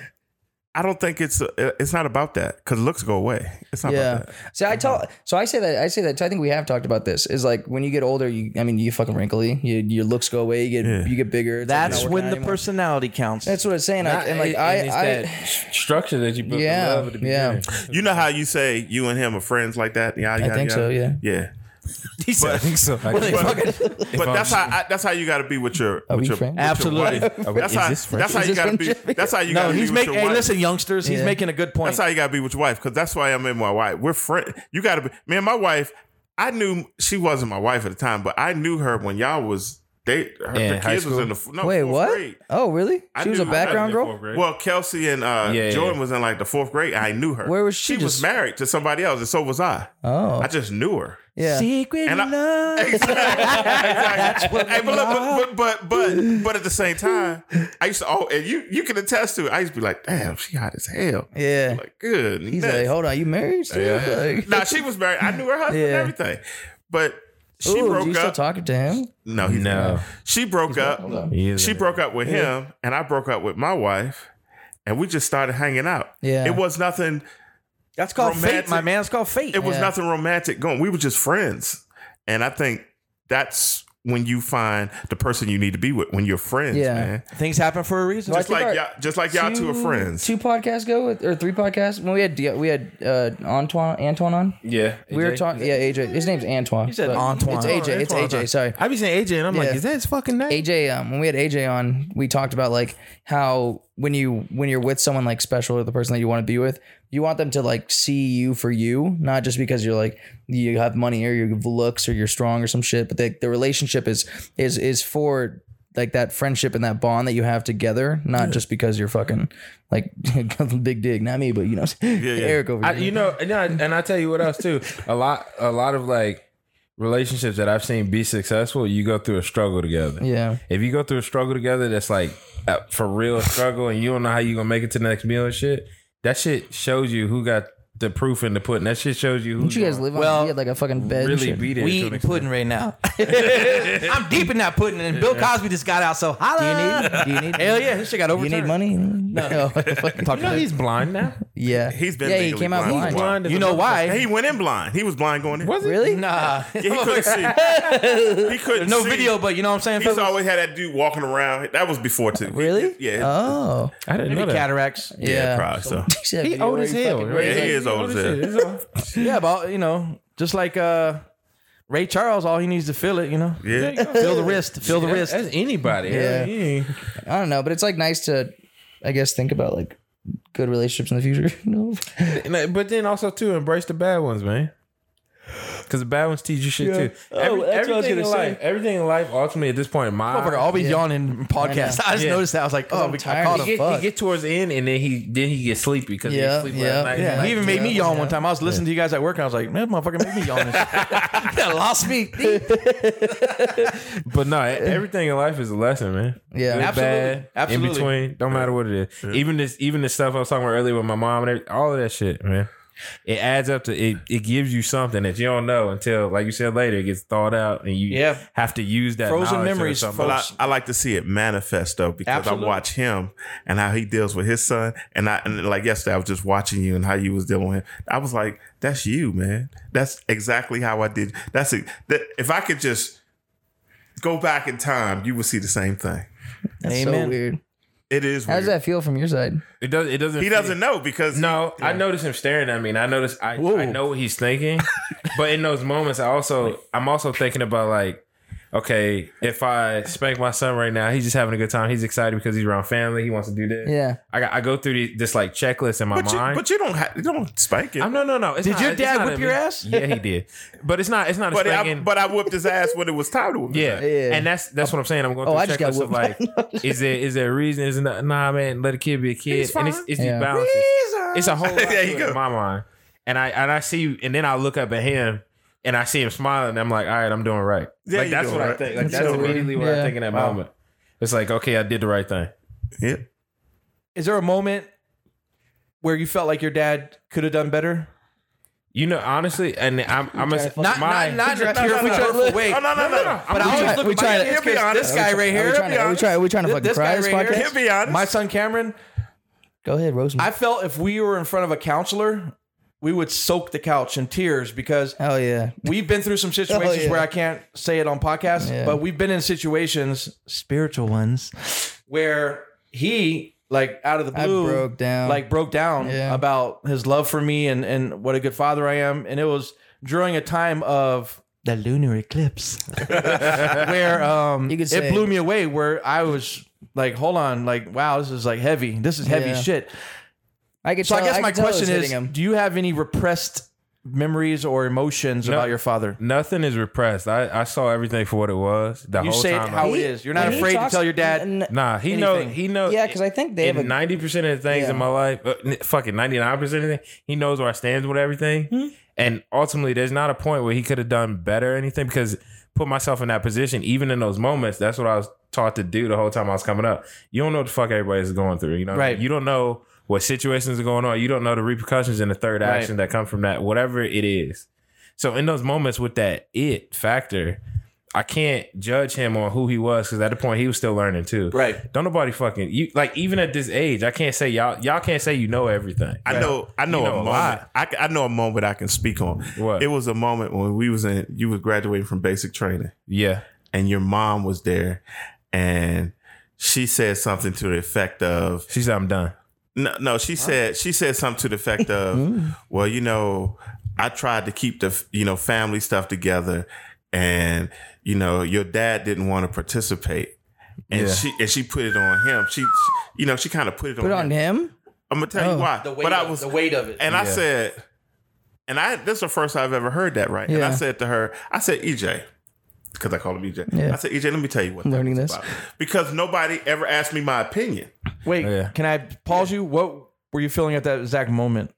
I don't think it's uh, it's not about that because looks go away. It's not Yeah. about that. So I tell. So I say that. I say that. I think we have talked about this. Is like when you get older, you. I mean, you fucking wrinkly. You, your looks go away. You get. Yeah. You get bigger. It's like you're That's not working when out the anymore. personality counts. That's what I'm saying. I, and like it- I. and it's I that s- structure that you put Yeah, yeah, love at the yeah. beginning. You know how you say you and him are friends like that? Yeah, I think so. Yeah. Yeah. He said, I think so. I think so. But, but I'm- that's how I, that's how you got to be with your we with your, friends? with your Absolutely. wife. Are we- That's is how this friends? that's how Is you this got to be. friendship? That's how you got no, to be he's with making. your Hey, wife. listen, youngsters, he's Yeah. making a good point. That's how you got to be with your wife because that's why I'm in my wife. We're friend. You got to be. Me and my wife. I knew she wasn't my wife at the time, but I knew her when y'all was They her, In the high kids was school? in the f- no, Wait, fourth what? grade. Oh, really? She I was knew a her background in girl. fourth grade. Well, Kelsey and uh, Yeah, yeah, Jordan was in like the fourth grade. I knew her. Where was she? was Just- married to somebody else, and so was I. Oh, I just knew her. yeah. Secret And I- love. Exactly. exactly. Hey, but, look, but, but but but but at the same time, I used to oh, and you you can attest to it. I used to be like, damn, she hot as hell. yeah. Like, good. He's like, hold on, you married? still? Like, no, she was married. I knew her husband Yeah. and everything, but she ooh, broke you up. still talking to him? no, he's No. She broke Hold up. on. He She isn't. broke up with him, and I broke up with my wife, and we just started hanging out. Yeah. it was nothing. That's called Romantic. fate, my man. It's called fate. It was Yeah. nothing romantic going. We were just friends, and I think that's when you find the person you need to be with when you're friends, Yeah. man. Things happen for a reason. Well, I Just think like our- y'all, just like y'all two are friends. Two podcasts ago, with, or three podcasts when we had D- we had uh, Antoine Antoine on. Yeah. We were AJ? talking. Yeah, AJ. His name's Antoine. said but Antoine. It's AJ. It's AJ. Sorry. I be saying AJ, and I'm Yeah. like, is that his fucking name? AJ, um, when we had AJ on, we talked about like how when you when you're with someone like special or the person that you want to be with, you want them to like see you for you, not just because you're like you have money or you have looks or you're strong or some shit, but the, the relationship is is is for like that friendship and that bond that you have together, not just because you're fucking like big dig, not me, but you know Eric over I, here. you know, and I, and I tell you what else too. A lot, a lot of like relationships that I've seen be successful, you go through a struggle together. yeah. If you go through a struggle together, that's like uh, for real struggle, and you don't know how you gonna make it to the next meal and shit. That shit shows you who got the proof in the pudding. That shit shows you who Don't you guys live on Well, we had, like a fucking bed? and really shit. beat it. we to an eating extent. pudding right now. I'm deep in that pudding, and Bill Cosby just got out. So do you holla. need do you need Hell yeah, this shit got you overturned. need money? No. You know he's blind now. yeah. He's been yeah, he legally came out blind for a blind. while. as You a know motherfucker. And why? he went in blind. He was blind going in. Was it? Really? Nah, Yeah, he couldn't see. He couldn't. no see. video, but you know what I'm saying. He's fellas? always had that dude walking around. That was before too. Really? Yeah. Oh. I didn't know Maybe that. cataracts. yeah, Probably so. He old as hell. right? Yeah, he Like, is old as hell. It's all- Yeah, but you know, just like uh, Ray Charles, all he needs to feel it. You know, Yeah. feel the wrist, feel the That's wrist. that's anybody. Yeah. Yeah. I don't know, but it's like nice to, I guess, think about like good relationships in the future. no. And, uh, But then also too, embrace the bad ones, man. Because the bad ones teach you shit too. Oh, that's what I was everything in gonna life, everything in life, ultimately at this point, my Motherfucker, I'll be yawning in podcasts. I, just Uh, Yeah. noticed that. I was like, oh, I'm we- I tired. caught He him. he, get, fuck? he get towards the end, and then he then he gets sleepy because Yeah, he gets yeah, last night. yeah. Yeah, he even made me Yeah. yawn one time. I was listening to you guys at work, and I was like, man, motherfucker made me yawn. that lost me. But no, e- everything in life is a lesson, man. Yeah. Good, Absolutely. bad, Absolutely. In between, don't matter what it is. Even this, even the stuff I was talking about earlier with my mom and every, all of that shit, man. It adds up to it. It gives you something that you don't know until, like you said later, it gets thawed out, and you Yeah. have to use that Frozen knowledge or memories, something. Well, I, I like to see it manifest though because Absolutely. I watch him and how he deals with his son, and I and like yesterday I was just watching you and how you was dealing with him. I was like, "That's you, man. That's exactly how I did. That's it. That, if I could just go back in time, you would see the same thing. That's so Amen. weird. It is. How does weird. that feel from your side? It does. It doesn't. He fit. doesn't know because No, I notice him staring at me, and I notice I, I know what he's thinking. but in those moments, I also I'm also thinking about like, okay, if I spank my son right now, he's just having a good time. He's excited because he's around family. He wants to do this. Yeah. I got, I go through the, this like checklist in my but you, mind. but you don't ha- you don't spank it. I'm no no no. It's Did not- your it's dad not whip a- your ass? Yeah, he did. But it's not it's not a but I, spanking. but I whooped his ass when it was time to whoop. his yeah. ass. Yeah. and that's that's what I'm saying. I'm going Oh, through I a just got checklist of like, whooped. is there is there a reason? Is not nah man? Let a kid be a kid, and it's it's Yeah. these balances. It's a whole lot There to you it go. in my mind. And I and I see and then I look up at him and I see him smiling and I'm like, all right, I'm doing right. Yeah, like you that's doing what I right. think. Like That's that's so weird. immediately what Yeah. I think in that moment. It's like, okay, I did the right thing. yeah. Is there a moment where you felt like your dad could have done better? You know, honestly, and I'm I'm a, Not, my, not, not in a no, tearful, no, no. hurtful way. Oh no no no! no. But I always look we at try my to- kids, He'll be honest. this guy right Are here. we trying to, are we trying, are we trying to Th- fucking this cry guy this right here- podcast? He'll be honest. My son Cameron, Go ahead, Roseman. I felt if we were in front of a counselor, we would soak the couch in tears because Hell yeah. we've been through some situations Oh, yeah. where I can't say it on podcast, Yeah. but we've been in situations, spiritual ones, where he like out of the I blue broke down. like broke down Yeah. about his love for me and and what a good father I am, and it was during a time of the lunar eclipse where um You could say- it blew me away where I was like hold on like wow this is like heavy this is heavy Yeah. shit I could so tell, I guess could my tell it was question hitting is him. do you have any repressed memories or emotions No. about your father? Nothing is repressed. I, I saw everything for what it was. The You whole say it time. how I- it is. You're not when he afraid talks- to tell your dad. n- n- nah, he know. anything. He know. yeah, because I think they have a. ninety percent of the things Yeah. in my life, uh, n- fucking ninety nine percent of the thing, he knows where I stand with everything. Hmm? And ultimately, there's not a point where he could have done better or anything because put myself in that position, even in those moments. That's what I was taught to do the whole time I was coming up. You don't know what the fuck everybody's going through. You know, what I mean? Right. You don't know what situations are going on. You don't know the repercussions and the third Right. action that come from that, whatever it is. So in those moments with that it factor. I can't judge him on who he was because at the point he was still learning too. Right. Don't nobody fucking you like even at this age. I can't say y'all y'all can't say you know everything. I know, I know, You know a a moment. lot. I, c- I know a moment I can speak on. What? It was a moment when we was in, you was graduating from basic training, Yeah, and your mom was there, and she said something to the effect of, she said I'm done. No, no, she said she said something to the effect Mm. of, "Well, you know, I tried to keep the you know family stuff together, and you know your dad didn't want to participate." And Yeah. she and she put it on him. She, she- you know, she kind of put it put on. on him. I'm gonna Oh. tell you why. But I was, weight of it. and I said, and I this is the first I've ever heard that. Right? And I Yeah. said to her, I said, EJ, because I call him EJ. Yeah. I said, EJ, let me tell you what. that Learning was this. about." because nobody ever asked me my opinion. Wait, Yeah. can I pause you? What were you feeling at that exact moment?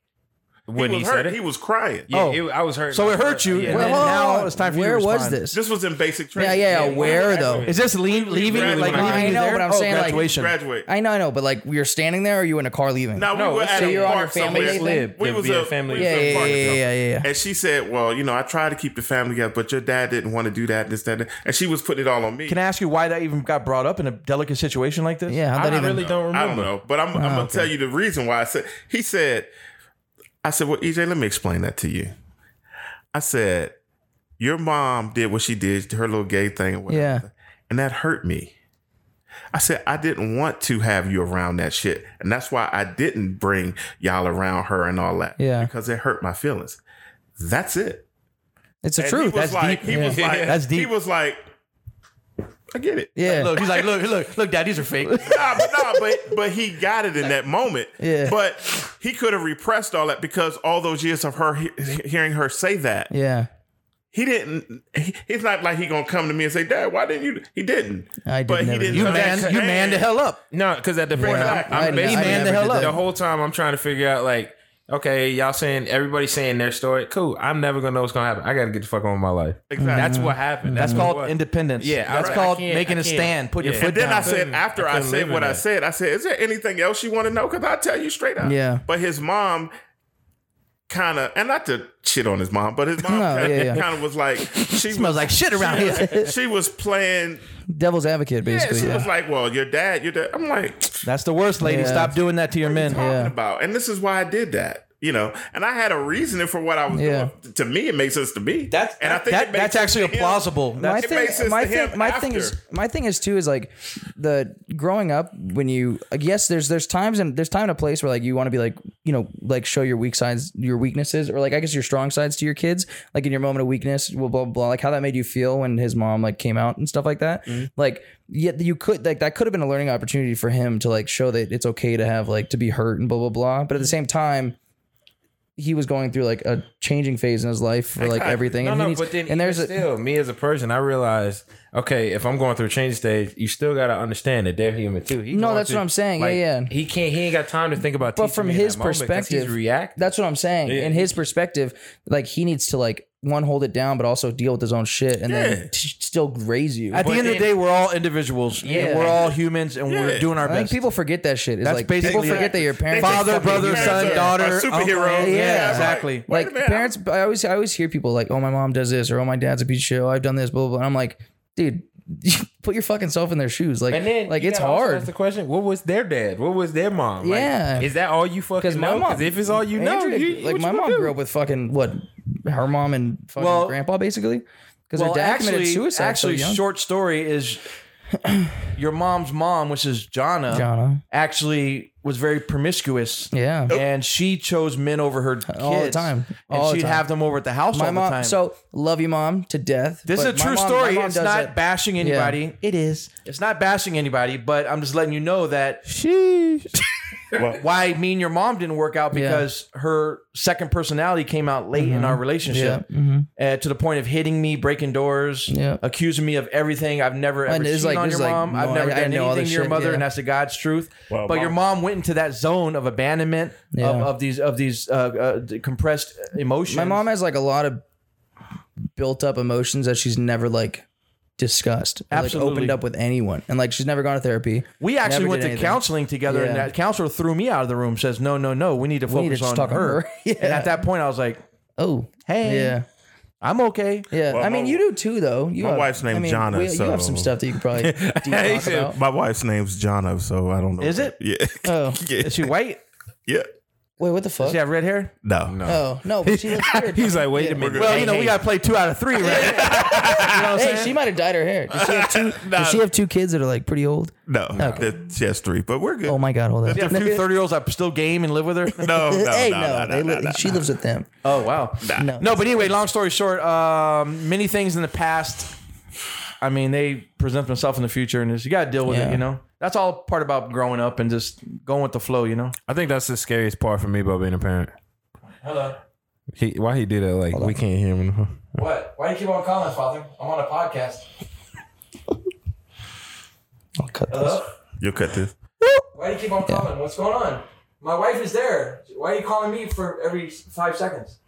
When he he, was said hurt. it, He was crying. yeah, Oh. it- I was hurt. So it hurt you. Yeah. And then Wait, hold now on. it's time for Where you to was respond. this? This was in basic Yeah, training. yeah, yeah. Where though? Is this leave, leaving? graduated Like when I- leaving you I know, there? but I'm oh, saying, like, graduation. graduate. I know, I know, but like we were standing there, or you in a car leaving. No, we No, were let's at say a you're on park your family somewhere. slip. We There'd was be a a family we was yeah, at a yeah, yeah, park or yeah, something. yeah, yeah, yeah. And she said, "Well, you know, I tried to keep the family together, but your dad didn't want to do that. This, that, that. and she was putting it all on me. Can I ask you why that even got brought up in a delicate situation like this? Yeah, how'd I that even? really don't remember. I don't know, but I'm, Ah, I'm gonna tell you the reason why I said. He said, "I said, well, EJ, let me explain that to you. I said, your mom did what she did, her little gay thing, and whatever, Yeah. and that hurt me. I said I didn't want to have you around that shit, and that's why I didn't bring y'all around her and all that. Yeah. because it hurt my feelings. That's it. It's the And truth. He was That's like, deep. He was Yeah. like, That's He deep. was like, I get it. yeah. Look, he's like, look, look, look, dad, these are fake. Nah, but, nah, but but he got it in that moment. Yeah. But he could have repressed all that because all those years of her he- hearing her say that, yeah. he didn't. He, he's not like he gonna come to me and say, "Dad, why didn't you?" He didn't. I did But he never didn't do You come man, back you man the hell up. No, because at the point Exactly. I'm, I- I'm I basically never the, did that. whole time I'm trying to figure out like, okay, y'all saying everybody's saying their story. Cool. I'm never gonna know what's gonna happen. I gotta get the fuck on with my life. Exactly. That's what happened. That's called what- independence. Yeah, I- that's I called can't- making I a can't. stand. Put Yeah. your foot And then I down. said, after I I, couldn't live said in what I that. said, I said, "Is there anything else you want to know?" Because I tell you straight up. Yeah. But his mom kind of, and not to shit on his mom, but his mom No, kind yeah, yeah. of was like, she was smells like shit around here. she was playing. Devil's advocate, Yeah, basically. she Yeah. was like, "Well, your dad, your dad." I'm like, That's the worst, lady. Yeah. Stop doing that to your men. Yeah. talking about, and this is why I did that, you know. And I had a reasoning for what I was Yeah. doing. To me, it makes sense to me. That's and I think that- it made that's sense actually to him. plausible. That's, my it makes thing, sense my to thing, him my thing is, after. my thing is too is like the growing up when you like yes, there's there's times and there's time and a place where like you want to be like you know like show your weak sides, your weaknesses, or like I guess your strong sides to your kids, like in your moment of weakness, blah blah blah, like how that made you feel when his mom like came out and stuff like that. Mm-hmm. Like yet you could like that could have been a learning opportunity for him to like show that it's okay to have like to be hurt and blah blah blah, but at Mm-hmm. the same time. He was going through like a changing phase in his life for like everything, No, and, he no, needs- but then and there's a, still me as a person. I realized, okay, if I'm going through a change stage, you still got to understand that they're human too. He No, going that's what through- I'm saying. Yeah, like, yeah. He can't. He ain't got time to think about. but teaching from me in that his moment 'cause perspective, he's react. That's what I'm saying. Yeah. In his perspective, like he needs to like one hold it down, but also deal with his own shit, and Yeah. then t- still raise you. I, At the end of the day, we're all individuals. Yeah. And we're all humans, and Yeah. we're doing our think best. people forget that shit. It's That's like basically people it. forget that your They parents, think Father, fucking brother, parents son, are- daughter, are uncle, superheroes. yeah, right. exactly. Wait like a minute, parents. I always, I always hear people like, "Oh, my mom does this," or "Oh, my dad's a piece of shit." Oh, I've done this, blah blah. blah. And I'm like, dude, put your fucking self in their shoes. Like, And then like you it's gotta also hard. Ask the question: What was their dad? What was their mom? Like, Yeah. is that all you fucking know? Because if it's all you know, Andrea- you, like what my you mom gonna do? grew up with fucking what her mom and fucking Well- grandpa basically because well, her dad actually, committed suicide actually, so young. short story is your mom's mom, which is Jonna, Jonna. actually was very promiscuous. yeah And she chose men over her kids All the time. And All the she'd time. have them over at the house my all the mom time. so love you mom to death This is but a my mom- true my story. mom It's does not it. bashing anybody. it is It's not bashing anybody, but I'm just letting you know that Sheesh. Well, why me and your mom didn't work out Yeah. because her second personality came out late in Mhm. our relationship Mhm. uh, to the point of hitting me, breaking doors, Yeah. accusing me of everything. I've never ever And it's cheated like- on it's your like, mom. I've no, never I- I done know all anything this to your shit, mother, yeah. and that's the God's truth. Well, but your mom went into that zone of abandonment Yeah. of, of these of these uh, uh, d- compressed emotions. My mom has like a lot of built up emotions that she's never like discussed, or, Absolutely. like opened up with anyone, and like she's never gone to therapy. We actually Never went did to anything. counseling together, and Yeah. that counselor threw me out of the room. Says, "No, no, no, we need to We focus need to just on, talk her. on her. yeah. And at that point, I was like, oh, "Hey, yeah, I'm okay." yeah. Well, I mean, my- you do too, though. You my have- wife's name's I mean, Jonna, we- You have so- some stuff that you could probably deep He talk said, about. my wife's name's Jono, so I don't know. Is it? Yeah. Oh, yeah. Is she white? Yeah. wait, what the fuck? Does she have red hair? No. Oh no, but she looks weird. He was like, wait a minute. Well, you know, we got to play two out of three, right? you know what I'm Hey, saying? she might have dyed her hair. Does she have two? Nah. Does she have two kids that are like pretty old? No. That- She has three, but we're good. Oh my god, hold up. yeah, a few 30 year olds I still game and live with her. No, Oh, no, hey, no, no, no, they no, li- no, she lives with them. Oh, wow. No, No, but anyway, long story short, um, many things in the past, I mean, they present themselves in the future and just, you got to deal with Yeah. it, you know? That's all part about growing up and just going with the flow, you know? I think that's the scariest part for me about being a parent. Hello. He, why he did that? Like we can't hear him. What? Why do you keep on calling, Father? I'm on a podcast. I'll cut this. You'll cut this. Why do you keep on calling? What's going on? My wife is there. Why are you calling me for every five seconds?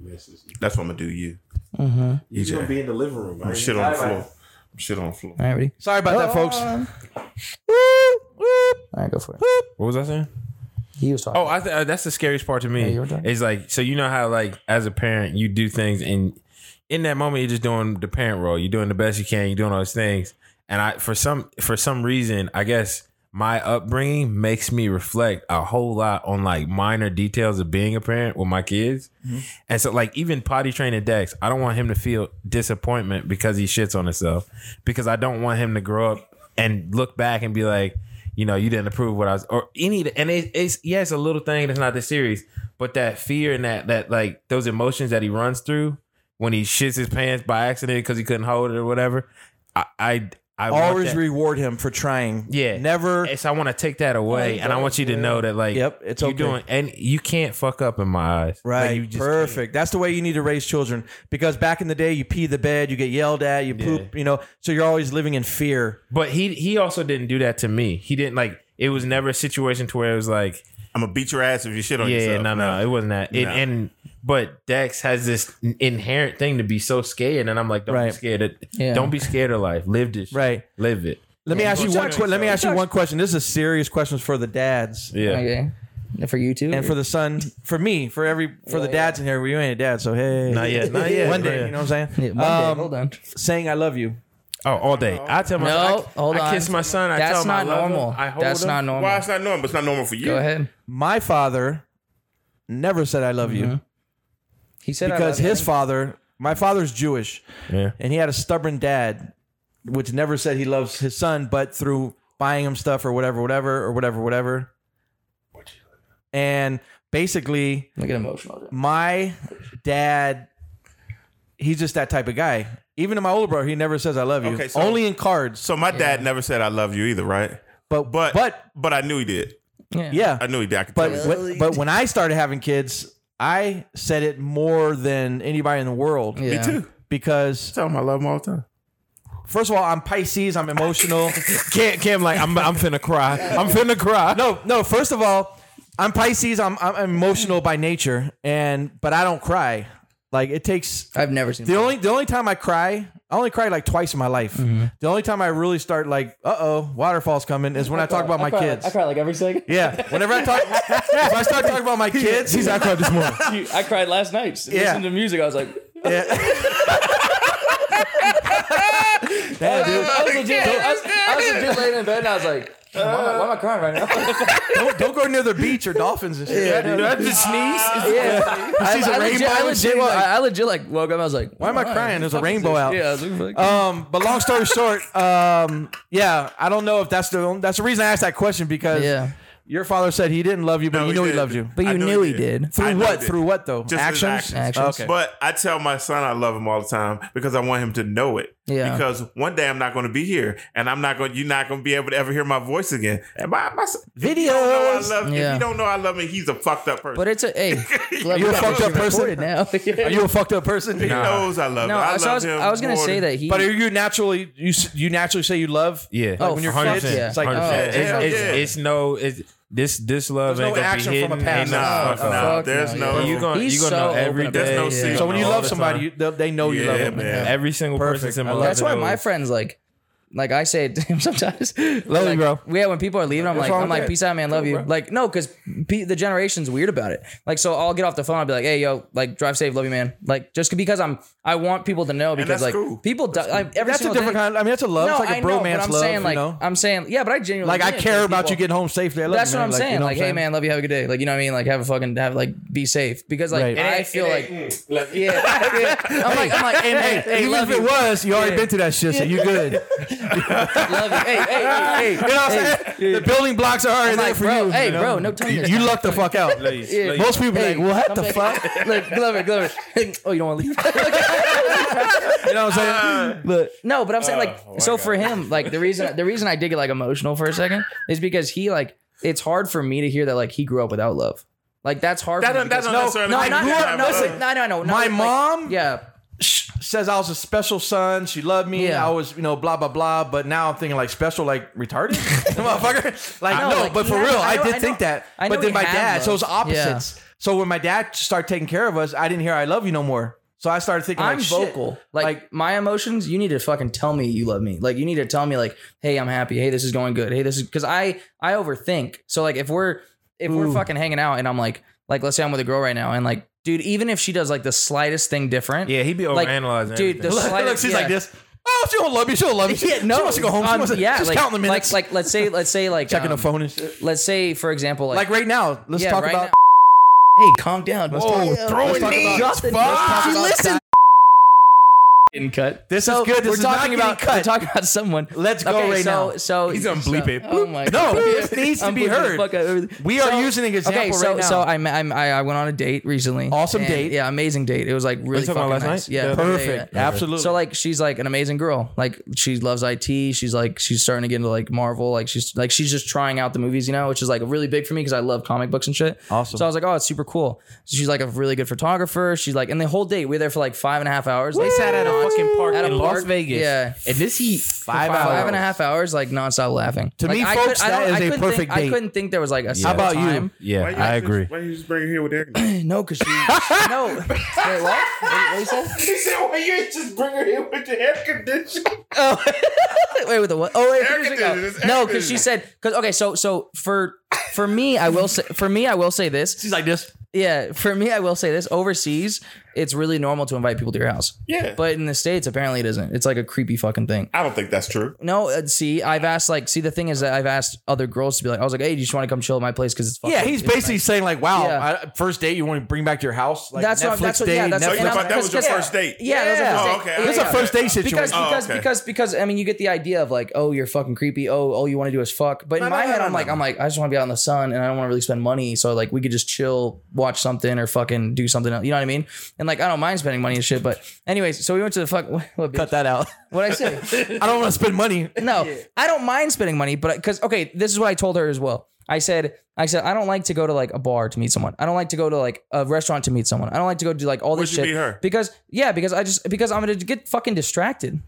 That's what I'm gonna do. to You. Mm-hmm. You're EJ. gonna be in the living room. I'm Right? shit on the Bye-bye. floor. I'm shit on the floor. All right, ready? Sorry about that, folks. All right, go for it. What was I saying? He was talking. Oh, I th- uh, that's the scariest part to Yeah, me. you were done. is like so you know how like as a parent you do things and in that moment you're just doing the parent role. You're doing the best you can. You're doing all those things. And I for some for some reason I guess my upbringing makes me reflect a whole lot on like minor details of being a parent with my kids. And so like even potty training Dex, I don't want him to feel disappointment because he shits on himself. Because I don't want him to grow up and look back and be like, you know, you didn't approve what I was or any and it, it's yeah, it's a little thing that's not that serious, but that fear and that that like those emotions that he runs through when he shits his pants by accident because he couldn't hold it or whatever. I I, I want Always that. reward him for trying. Yeah. Never. Yes, I want to take that away, and I want you to know that, like, Yep, it's you okay. doing, and you can't fuck up in my eyes, Like, Right. you just Perfect. That's the way you need to raise children because back in the day, you pee the bed, you get yelled at, you poop, you know, so you're always living in fear. can't. But he he also didn't do that to me. He didn't like. It was never a situation to where it was like, I'm gonna beat your ass if you shit on yeah, yourself. no, no, it wasn't that. It, No. And but Dex has this inherent thing to be so scared, and I'm like, don't be Right. scared. Of, Yeah. Don't be scared of life. Live this, shit. Right. Live it. Let me ask you one. talks- Que- let me he ask you one question. This is a serious question for the dads Oh, Yeah. Okay. And for you too. and for the son, for me, for every for the dads in here. We ain't a dad, so hey, Not yet. Not yet. One day, Yeah. you know what I'm saying? Yeah, Monday. Um, hold on. Saying I love you. Oh, all day. I tell my No, I, hold I on. kiss my son. I tell That's him I not love him. normal. I hold That's him. not normal. Why it's not normal? It's not normal for you. Go ahead. My father never said I love Mm-hmm. you He said I because love his him. father, my father's Jewish, Yeah. and he had a stubborn dad, which never said he loves his son, but through buying him stuff or whatever, whatever, or whatever, whatever. And basically, Look at emotional. my dad, he's just that type of guy. Even to my older brother, he never says "I love you." Okay, so- Only in cards. So my dad never said I love you either, right? But But but but but I knew he did. yeah. I knew he did. I could But tell. he- when, but when I started having kids, I said it more than anybody in the world. Yeah. Me too. Because Tell him I love him all the time. first of all, I'm Pisces. I'm emotional. Cam, Cam, like I'm, I'm finna cry. I'm finna cry. no, no. First of all, I'm Pisces. I'm I'm emotional by nature, and but I don't cry. Like it takes I've never seen the only the only time I cry. I only cried like twice in my life. The only time I really start like, uh oh, waterfalls coming is when I, talk about my kids. I cry like every second. yeah, whenever I talk, if I start talking about my kids, he's I cried this morning. I cried last night. Listening Yeah. to music, I was like, yeah, dude. I was legit, I was, I was legit laying in bed, and I was like, why, am I, why am I crying right now? Don't, don't go near the beach or dolphins and shit. Did I just sneeze? yeah, I, sees a I rainbow legit, I and legit, shit, well, like- I, I legit like woke up. and I was like, why am I crying? There's a rainbow out. Yeah, I was looking for like, Um, but long story short, um, yeah, I don't know if that's the that's the reason I asked that question because yeah. your father said he didn't love you, but No, you know he, did. loved you. But I you knew he did. I Through knew he what? did. Through what though? Just his actions. actions. Actions. Okay. But I tell my son I love him all the time because I want him to know it. Yeah. Because one day I'm not going to be here, and I'm not going. You're not going to be able to ever hear my voice again. And my, my If you don't know I Videos. love. If Yeah. you don't know I love him, he's a fucked up person. But it's a hey, glad you we a got fucked up this recorded person? now. Are you a fucked up person? he knows I love no, him. I, I, love so I was, him. I was gonna more say than- that he. But are you naturally you s- you naturally say you love? Yeah. Oh, when you're fuck kids, yeah. it's like, Oh, It's, hell it's, yeah. it's no. It's, this this love There's ain't no gonna action be from a hidden. past. Ain't no Nah, fuck nah, up. oh, fuck there's no, no. yeah. You gonna He's you gonna so know every open about day. it. There's no So when you All love the somebody, time. you, they- they know you Yeah, love them. man. every single Perfect. person's in my I life. love That's why my knows. friends like, like I say to him sometimes, Love like, you, bro. Yeah, when people are leaving, I'm like, wrong I'm with like, that? peace out, man, love you. Like, no, because pe- the generation's weird about it. Like, so I'll get off the phone, I'll be like, hey, yo, like, drive safe, love you, man. Like, just because I'm, I want people to know because that's like cool. people, di- I, every That's a single different day- kind. I mean, that's a love. No, it's like a I know, bromance but I'm love. saying you like, know? I'm saying, yeah, but I genuinely like I mean it. care Like, about you people- getting home safely. I love That's you, what I'm man. saying. you know like, what hey, I'm man, love you. Have a good day. Like, you know what I mean? Like, have a fucking, have like, be safe. Because like, Right. I feel like, yeah, yeah. I'm like, I'm like, saying? hey, hey, Hey, hey, even love if it you, was, you already been to that shit, so you good. you know love you. Hey, hey, hey, hey. what I'm saying? The building blocks are already I'm like, there for bro, you. hey, you know? bro, no tongue You- this You time. luck the fuck out. Please, Yeah. please. Most people Hey, like, well, what the come fuck? back. Look, Glover, Glover. oh, you don't want to leave? You know what I'm Uh, saying? But no, but I'm saying like, so for him, like the reason the reason I did get like emotional for a second is because he like it's hard for me to hear that like he grew up without love. Like that's hard. That for don't- me that because- don't necessarily no, mean no, you not- have no, love. no, no, no, no. My like, mom- yeah, says I was a special son. She loved me. Yeah. I was, you know, blah blah blah. But now I'm thinking like special, like retarded, motherfucker. Like No, no, like, but for yeah, real, I I, know- did I know- think that. I know but then we my have dad, so love. it's opposites. So when my dad started taking care of us, I didn't hear "I love you" no more. So I started thinking I'm like, shit. vocal. Like, my emotions, you need to fucking tell me you love me. Like you need to tell me like, hey, I'm happy. Hey, this is going good. Hey, this is because I I overthink. So like if we're if we're fucking hanging out and I'm like like let's say I'm with a girl right now and like dude, even if she does like the slightest thing different, Yeah, he be Like, overanalyzing. dude, the everything. Look, slightest, she's yeah. like this. Oh, she'll love you. She'll love you. Yeah, no, she wants to go home. She um, wants to, yeah, she's like, counting the like- minutes, Like, let's say, let's say, like, checking um, the phone and shit. Let's say, for example, like, Like right now, let's yeah, talk right about. now- Hey, calm down. Let's Oh, talk, throwing let's talk knees. about. Just let's fuck. talk She about listened. Scott. Getting cut. This So is good. This we're is talking not about getting cut. We're talking about someone. Let's go okay, right so, now. So He's gonna bleep so- it. Oh my No, god. this needs to I'm be bleeping the heard. fuck out of everything. We are using an example Okay, so right now. so I, met, I'm- I I went on a date recently. Awesome and- date. Yeah, amazing date. It was like really talking about fucking nice. last night? Yeah, Yeah. yeah, yeah, Perfect. yeah. Absolutely. So like she's like an amazing girl. Like she loves IT. She's like she's starting to get into like Marvel. Like she's like she's just trying out the movies, you know, which is like really big for me because I love comic books and shit. Awesome. So I was like, oh, it's super cool. So she's like a really good photographer. She's like, and the whole date we were there for like five and a half hours. They sat at a fucking park At a in Las park, Vegas. yeah. and this he Five Five hours. and a half hours, like nonstop laughing. To Like, me, I folks, I that don't- is I a couldn't perfect think, I date. couldn't think there was like a How about you? Yeah, Why I you just- agree. Why you just bring her here with Eric? he you? No, because she. no. Wait, what? What, what you said? said, "Why you just bring her here with the air conditioner?" Oh, wait, with the what? Oh, wait, Erica years did ago. it. It's no, Erica because did she it. said, because okay, so so for for me, I will say for me, I will say this. she's like this. Yeah, for me, I will say this. Overseas, it's really normal to invite people to your house, Yeah, but in the states, apparently, it isn't. It's like a creepy fucking thing. I don't think that's true. No, uh, see, I've asked like, see, the thing is that I've asked other girls to be like, I was like, hey, do you just want to come chill at my place because it's fucking Yeah, he's basically saying like, "Wow, Yeah. I, first date you want to bring back to your house? Like that's Netflix what I'm, that's date, what, yeah, that's So Netflix. what, you and thought I'm- that was your yeah. first date? Yeah, that was Yeah. my first Oh, date. okay. Yeah, This is a yeah. first date Because, situation. Oh, because, okay. because, because, I mean, you get the idea of like, oh, you're fucking creepy. Oh, all you want to do is fuck. But in No, no, my no, head, no, I'm no, like, no. I'm like, I just want to be out in the sun and I don't want to really spend money. So like, we could just chill, watch something, or fucking do something else. You know what I mean? And like, I don't mind spending money and shit. But anyways, so we went to the fuck. What, what, Cut that out. what I say? I don't want to spend money. No, I don't mind spending money, but because okay, this is what I told her as well. I said, I said, I don't like to go to like a bar to meet someone. I don't like to go to like a restaurant to meet someone. I don't like to go do like all this Where'd you shit meet her? because yeah, because I just because I'm gonna get fucking distracted.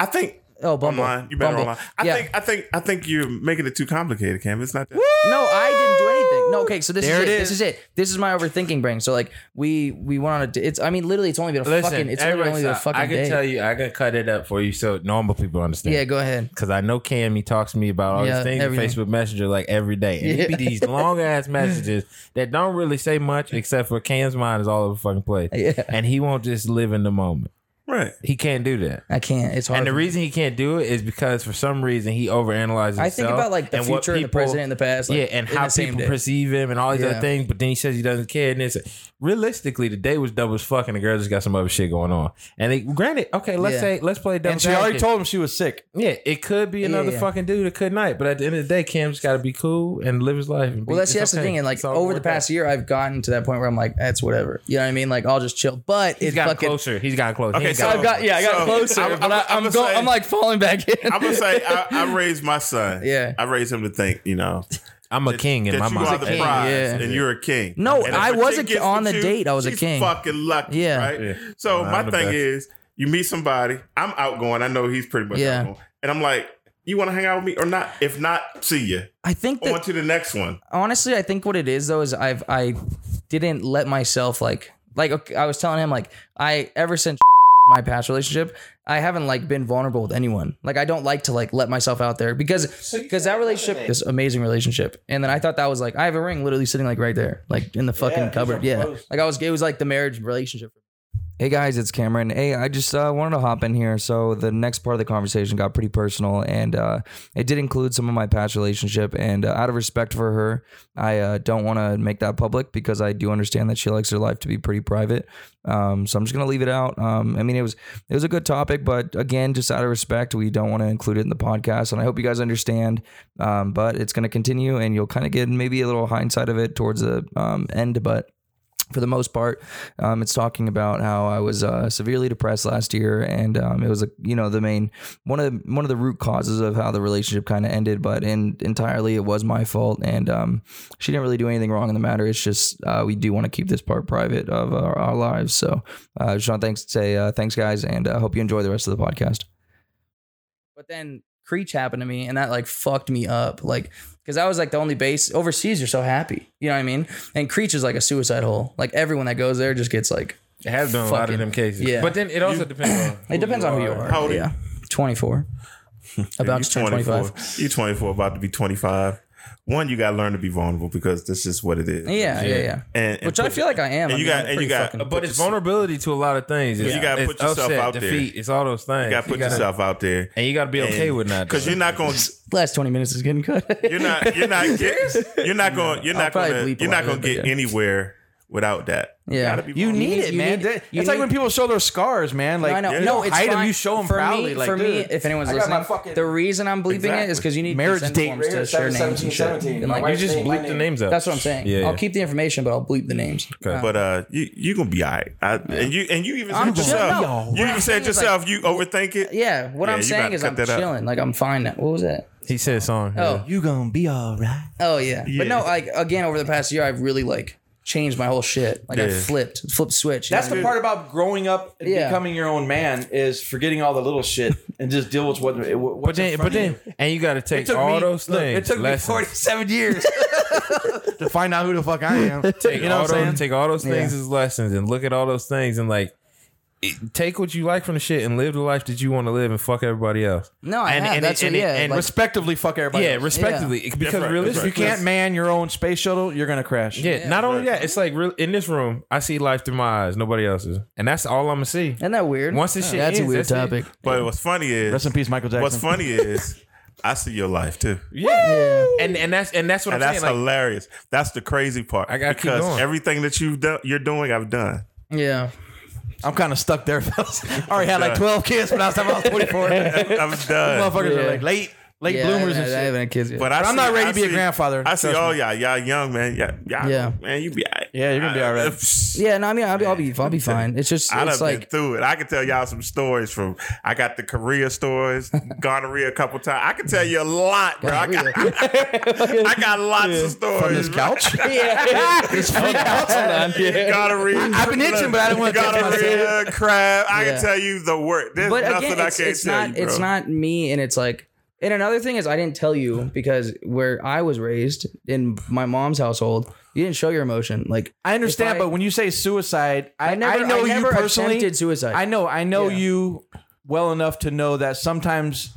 I think Oh, Bumble, online. You better Bumble. online. I yeah. think I think I think you're making it too complicated, Cam. It's not that. no, I didn't do anything. No, okay, so this There is it it. This is is. it. This is my overthinking brain. So like we we went on a. d- It's I mean literally it's only been a fucking. Listen, It's literally everybody only been a stop. fucking I can day. tell you, I can cut it up for you so normal people understand. yeah, go ahead. Cause I know Cam, he talks to me about all Yeah, these things in everything. Facebook Messenger like every day, and it be these long ass messages that don't really say much except for Cam's mind is all over the fucking place, Yeah. and he won't just live in the moment. Right. He can't do that. I can't. It's hard. And the for me. reason he can't do it is because for some reason he overanalyzes. I think himself about like the and what future and the people- present and the past. Like, yeah, and in how the same people day. perceive him and all these Yeah. other things. But then he says he doesn't care. And it's realistically, the day was double as fuck, and the girl just got some other shit going on. And they, granted, okay, let's Yeah. say let's play double. And she already told him she was sick. Yeah, it could be another yeah. fucking dude. It could not. But at the end of the day, Cam's got to be cool and live his life. and be- Well, that's it's that's the okay. thing, and like It's all over worth the past out. year, I've gotten to that point where I'm like, that's whatever. You know what I mean? Like I'll just chill. But he's it's gotten fucking closer. He's gotten closer. Okay, got I've got yeah, I got So, closer, I'm- but I, I'm I'm gonna going. say- I'm like falling back in. I'm gonna say I, I raised my son. Yeah. I raised him to think, you know, I'm a king in that my you mind. are the king, prize yeah. and you're a king. No, And if I a was chick a- gets on with the you, date, I was a she's king. Fucking lucky, Yeah. right? Yeah. So I'm my the thing best. is, you meet somebody. I'm outgoing. I know he's pretty much Yeah. outgoing, and I'm like, you want to hang out with me or not? If not, see you. I think that On to the next one. honestly, I think what it is though is I've I didn't let myself like like okay, I was telling him like I ever since my past relationship I haven't like been vulnerable with anyone like I don't like to like let myself out there because because that relationship this amazing relationship and then I thought that was like I have a ring literally sitting like right there like in the fucking cupboard yeah like I was it was like the marriage relationship. Hey guys, it's Cameron. Hey, I just uh, wanted to hop in here. So the next part of the conversation got pretty personal, and uh, it did include some of my past relationship. And uh, out of respect for her, I uh, don't want to make that public because I do understand that she likes her life to be pretty private. Um, so I'm just gonna leave it out. Um, I mean, it was it was a good topic, but again, just out of respect, we don't want to include it in the podcast. And I hope you guys understand. Um, but it's gonna continue, and you'll kind of get maybe a little hindsight of it towards the um, end, but for the most part, um, it's talking about how I was uh, severely depressed last year, and um, it was a, you know the main one of the, one of the root causes of how the relationship kind of ended. But in, entirely, it was my fault, and um, she didn't really do anything wrong in the matter. It's just uh, we do want to keep this part private of our, our lives. So, uh, just want to thanks say uh, thanks guys, and uh, hope you enjoy the rest of the podcast. But then Creech happened to me, and that like fucked me up, like because I was like the only base overseas. You're so happy, you know what I mean? And Creech is like a suicide hole. Like everyone that goes there just gets like. It has been a lot Fucking- of them cases. yeah. But then it also depends on. It depends on who you are. How old are you? yeah, 24. About to turn 25. You 24, about to be 25. One, you got to learn to be vulnerable because this is what it is. Yeah, yeah, yeah. And, and Which I put- feel like I am. and I you mean, got- I'm and you pretty got- fucking- but But it's vulnerability to a lot of things. It's, You gotta it's put yourself upset, out there. defeat. It's all those things. you got to put gotta- yourself out there. And you got to be okay with not. Because you're not going to. last 20 minutes is getting cut. You're not. You're not. get, you're not going. You're not probably going. bleep a to You're lot not of going it, to but get yeah. anywhere without that. Yeah. gotta be You vulnerable. need, need- it, you man. need- That- you it's like need- when people show their scars, man. Like, I know. you No, it's hide 'em, fine. you show them for proudly. Me, like, for me, dude, if anyone's I got my listening, fucking- the reason I'm bleeping it is because you need Marriage consent date forms to rate, share names 17, and shit. 17. And My like, wife's you just name, bleep my Bleep the name. names out. That's what I'm saying. Yeah, I'll yeah. keep the information, but I'll bleep the names. Uh, But uh, you you gonna be all right. I, and you and you even I'm said yourself. chilling. You even said It's like- yourself. you overthink it. yeah, what Yeah, I'm you saying gotta is cut I'm that out. chilling. Like I'm fine now. What was that? He said song. Oh, you gonna be all right. oh yeah. Yeah. But no, like again, over the past year, I've really like changed my whole shit. Like I Yeah. flipped, flipped switch. you That's know the what part about growing up and Yeah. becoming your own man is forgetting all the little shit and just deal with what. What's But then, but then, and you got to take all those things. look, it took lessons, me 47 years to find out who the fuck I am. Take you know all what I'm saying? those, take all those things Yeah. as lessons, and look at all those things, and like, it- take what you like from the shit, and live the life that you want to live, and fuck everybody else. I mean? No, I And- have. and- That's and- what, yeah. and like, Respectively, fuck everybody. Yeah, else. respectively, because right, that's realistically, right. you can't man your own space shuttle. You're gonna crash. Yeah, not only that, it's like real, in this room, I see life through my eyes, nobody else's, and that's all I'm gonna see. isn't that weird? Once this shit that's a ends, weird that's it. topic. But what's funny is Rest in peace, Michael Jackson. What's funny is I see your life too. Yeah. and and that's and that's what And I'm that's saying. Like, hilarious. That's the crazy part. I gotta keep because going. everything that you've done, you're doing, I've done. Yeah. I'm kind of stuck there, fellas. I already had like 12 kids when I was, I was 24. I've done. Motherfuckers Yeah. are like late, late yeah, bloomers I, and haven't- I shit. haven't had kids yet. But, But I I'm not see- ready I to be a see- grandfather, I see trust all y'all. Y'all young, man. Yeah, y'all, Yeah. man, you be all right. Yeah, you're gonna be all right. yeah, no, I mean, I'll be, I'll be, I'll be fine. It's just, I done it's like, been through it. I can tell y'all some stories from. I got the Korea stories, gonorrhea a couple times. I can tell you a lot, bro. I got, I got lots of stories From this bro. couch? yeah, This free couch? Gonorrhea. I've been itching, but I didn't wanna touch Gonorrhea, crab. I Yeah. can tell you the work. There's but nothing again, I it's, can't it's tell not, you, bro. it's not me, and it's like, and another thing is, I didn't tell you because where I was raised in my mom's household, you didn't show your emotion. Like, I understand, If I- but when you say suicide, I, I, never- know I never you personally. attempted suicide. I know, I know Yeah. you well enough to know that sometimes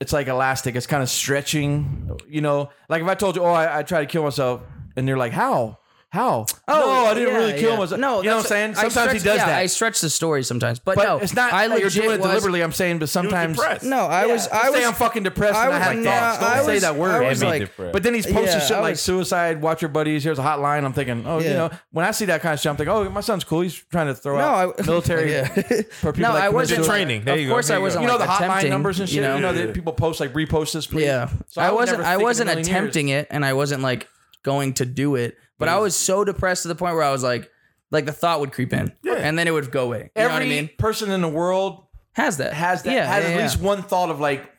it's like elastic. It's kind of stretching. You know, like if I told you, oh, I, I tried to kill myself, and you're like, how? How? Oh, no, I didn't yeah, really kill yeah. myself. No, you know what I'm that's- saying. I Sometimes he stretch- does yeah, that, I stretch the story sometimes, but, but no, it's not. I like you're legit doing it was- deliberately. I'm saying, but sometimes depressed. No, I was, I say was, I'm fucking depressed I and I was- have nah, thoughts. Don't I say was- that word. I was It'd be like- different. but then he's posting Yeah, shit I like was- suicide, watch your buddies, here's a hotline. I'm thinking, oh, you Yeah. know, when I see that kind of shit, I'm thinking, oh, my son's cool. He's trying to throw No, out I- military Yeah. for people no, like I wasn't Peninsula. training. There of you go. course, There I you go. wasn't. You know like, the hotline attempting, numbers and shit. You know, You know that people post like repost this, please. Yeah. So I, would wasn't never I think in a wasn't million years- Mm. attempting it and I wasn't like going to do it. But I was so depressed to the point where I was like Like the thought would creep in, and then it would go away. You know Every what I mean? person in the world Has that? has that Yeah, has yeah, at yeah. least one thought of like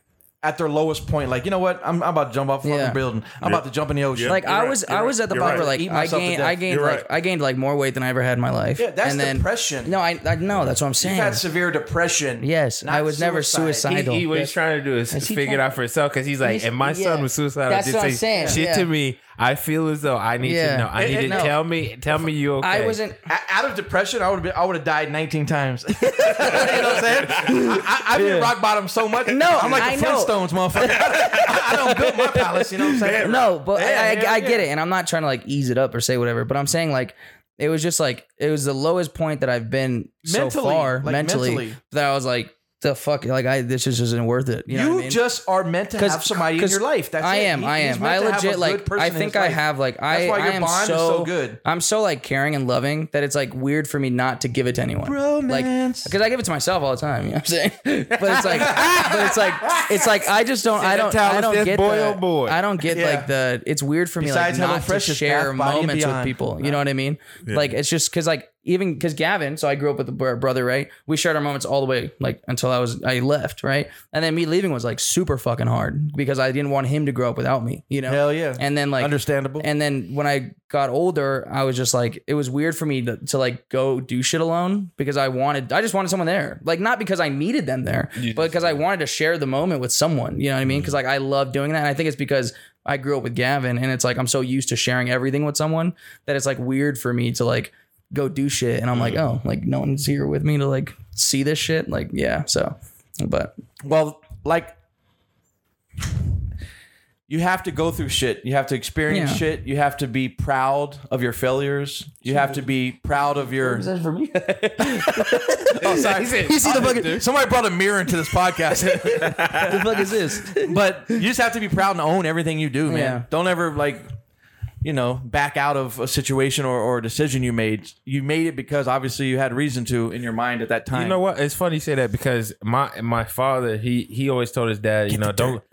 at their lowest point, like you know what, I'm, I'm about to jump off a fucking Yeah. building, I'm about to jump in the ocean. Like You're I right, was, you're I was right, at the you're point right. where like Eat I myself to gained, death. I gained You're like right. I gained like more weight than I ever had in my life. Yeah, that's and then, depression. No, I, I no, that's what I'm You've saying. had severe depression. yes, not I was never He, suicidal. he, what he's trying to do is, Is he figure it trying- out for himself because he's like, He's- and my son yeah. was suicidal. That's did what I'm say saying, Shit yeah. to me, I feel as though I need Yeah. to know. I It- need it- to no. tell me, tell me you okay. I wasn't. A- Out of depression, I would have been. I would have died 19 times. you know what I'm saying? I, I, I've been rock bottom so much. No, I'm like I the know. Flintstones, motherfucker. I, I don't build my palace. You know what I'm saying? No, but Yeah, I, I, yeah, I get yeah. it, and I'm not trying to like ease it up or say whatever. But I'm saying like it was just like it was the lowest point that I've been so Mentally, far like, mentally, mentally. that I was like the fuck like I this just isn't worth it. You, You, know what I mean? just are meant to 'Cause- have somebody in 'cause your life. That's I it. am. He- I he's am. meant I to have a legit good like. person I in his think I life. have like. I, That's why your I am bond is so, so good. I'm so like caring and loving that it's like weird for me not to give it to anyone. Romance. Like, because I give it to myself all the time. You know what I'm saying? but it's like, but it's like, it's like I just don't. I don't. I Sentimentalist don't this get. boy, the- oh boy. I don't get Yeah. like the. It's weird for me Besides like not HelloFresh to is share bath, body, and moments with beyond. people. You know what I mean? Like it's just because like even because Gavin. So I grew up with a br- brother, right? We shared our moments all the way like until I was I left, right? And then me leaving was like super fucking hard because I didn't want him to grow up without me. You know? Hell yeah. And then like Understandable. and then when I got older, I was just like, it was weird for me to, to like go do shit alone because I wanted, I just wanted someone there. Like, not because I needed them there, but because I wanted to share the moment with someone. You know what I mean? Mm. Because like I love doing that. And I think it's because I grew up with Gavin and it's like I'm so used to sharing everything with someone that it's like weird for me to like go do shit. And I'm Mm. like, oh, like no one's here with me to like see this shit. Like, yeah. So, but well, like you have to go through shit. You have to experience Yeah. shit. You have to be proud of your failures. You have to be proud of your. for me. Oh, sorry. You see the fucking- Somebody brought a mirror into this podcast. the fuck is this? but you just have to be proud and own everything you do, man. Yeah. Don't ever like, you know, back out of a situation or, or a decision you made. You made it because obviously you had reason to in your mind at that time. You know what? It's funny you say that because my my father he he always told his dad, you know, don't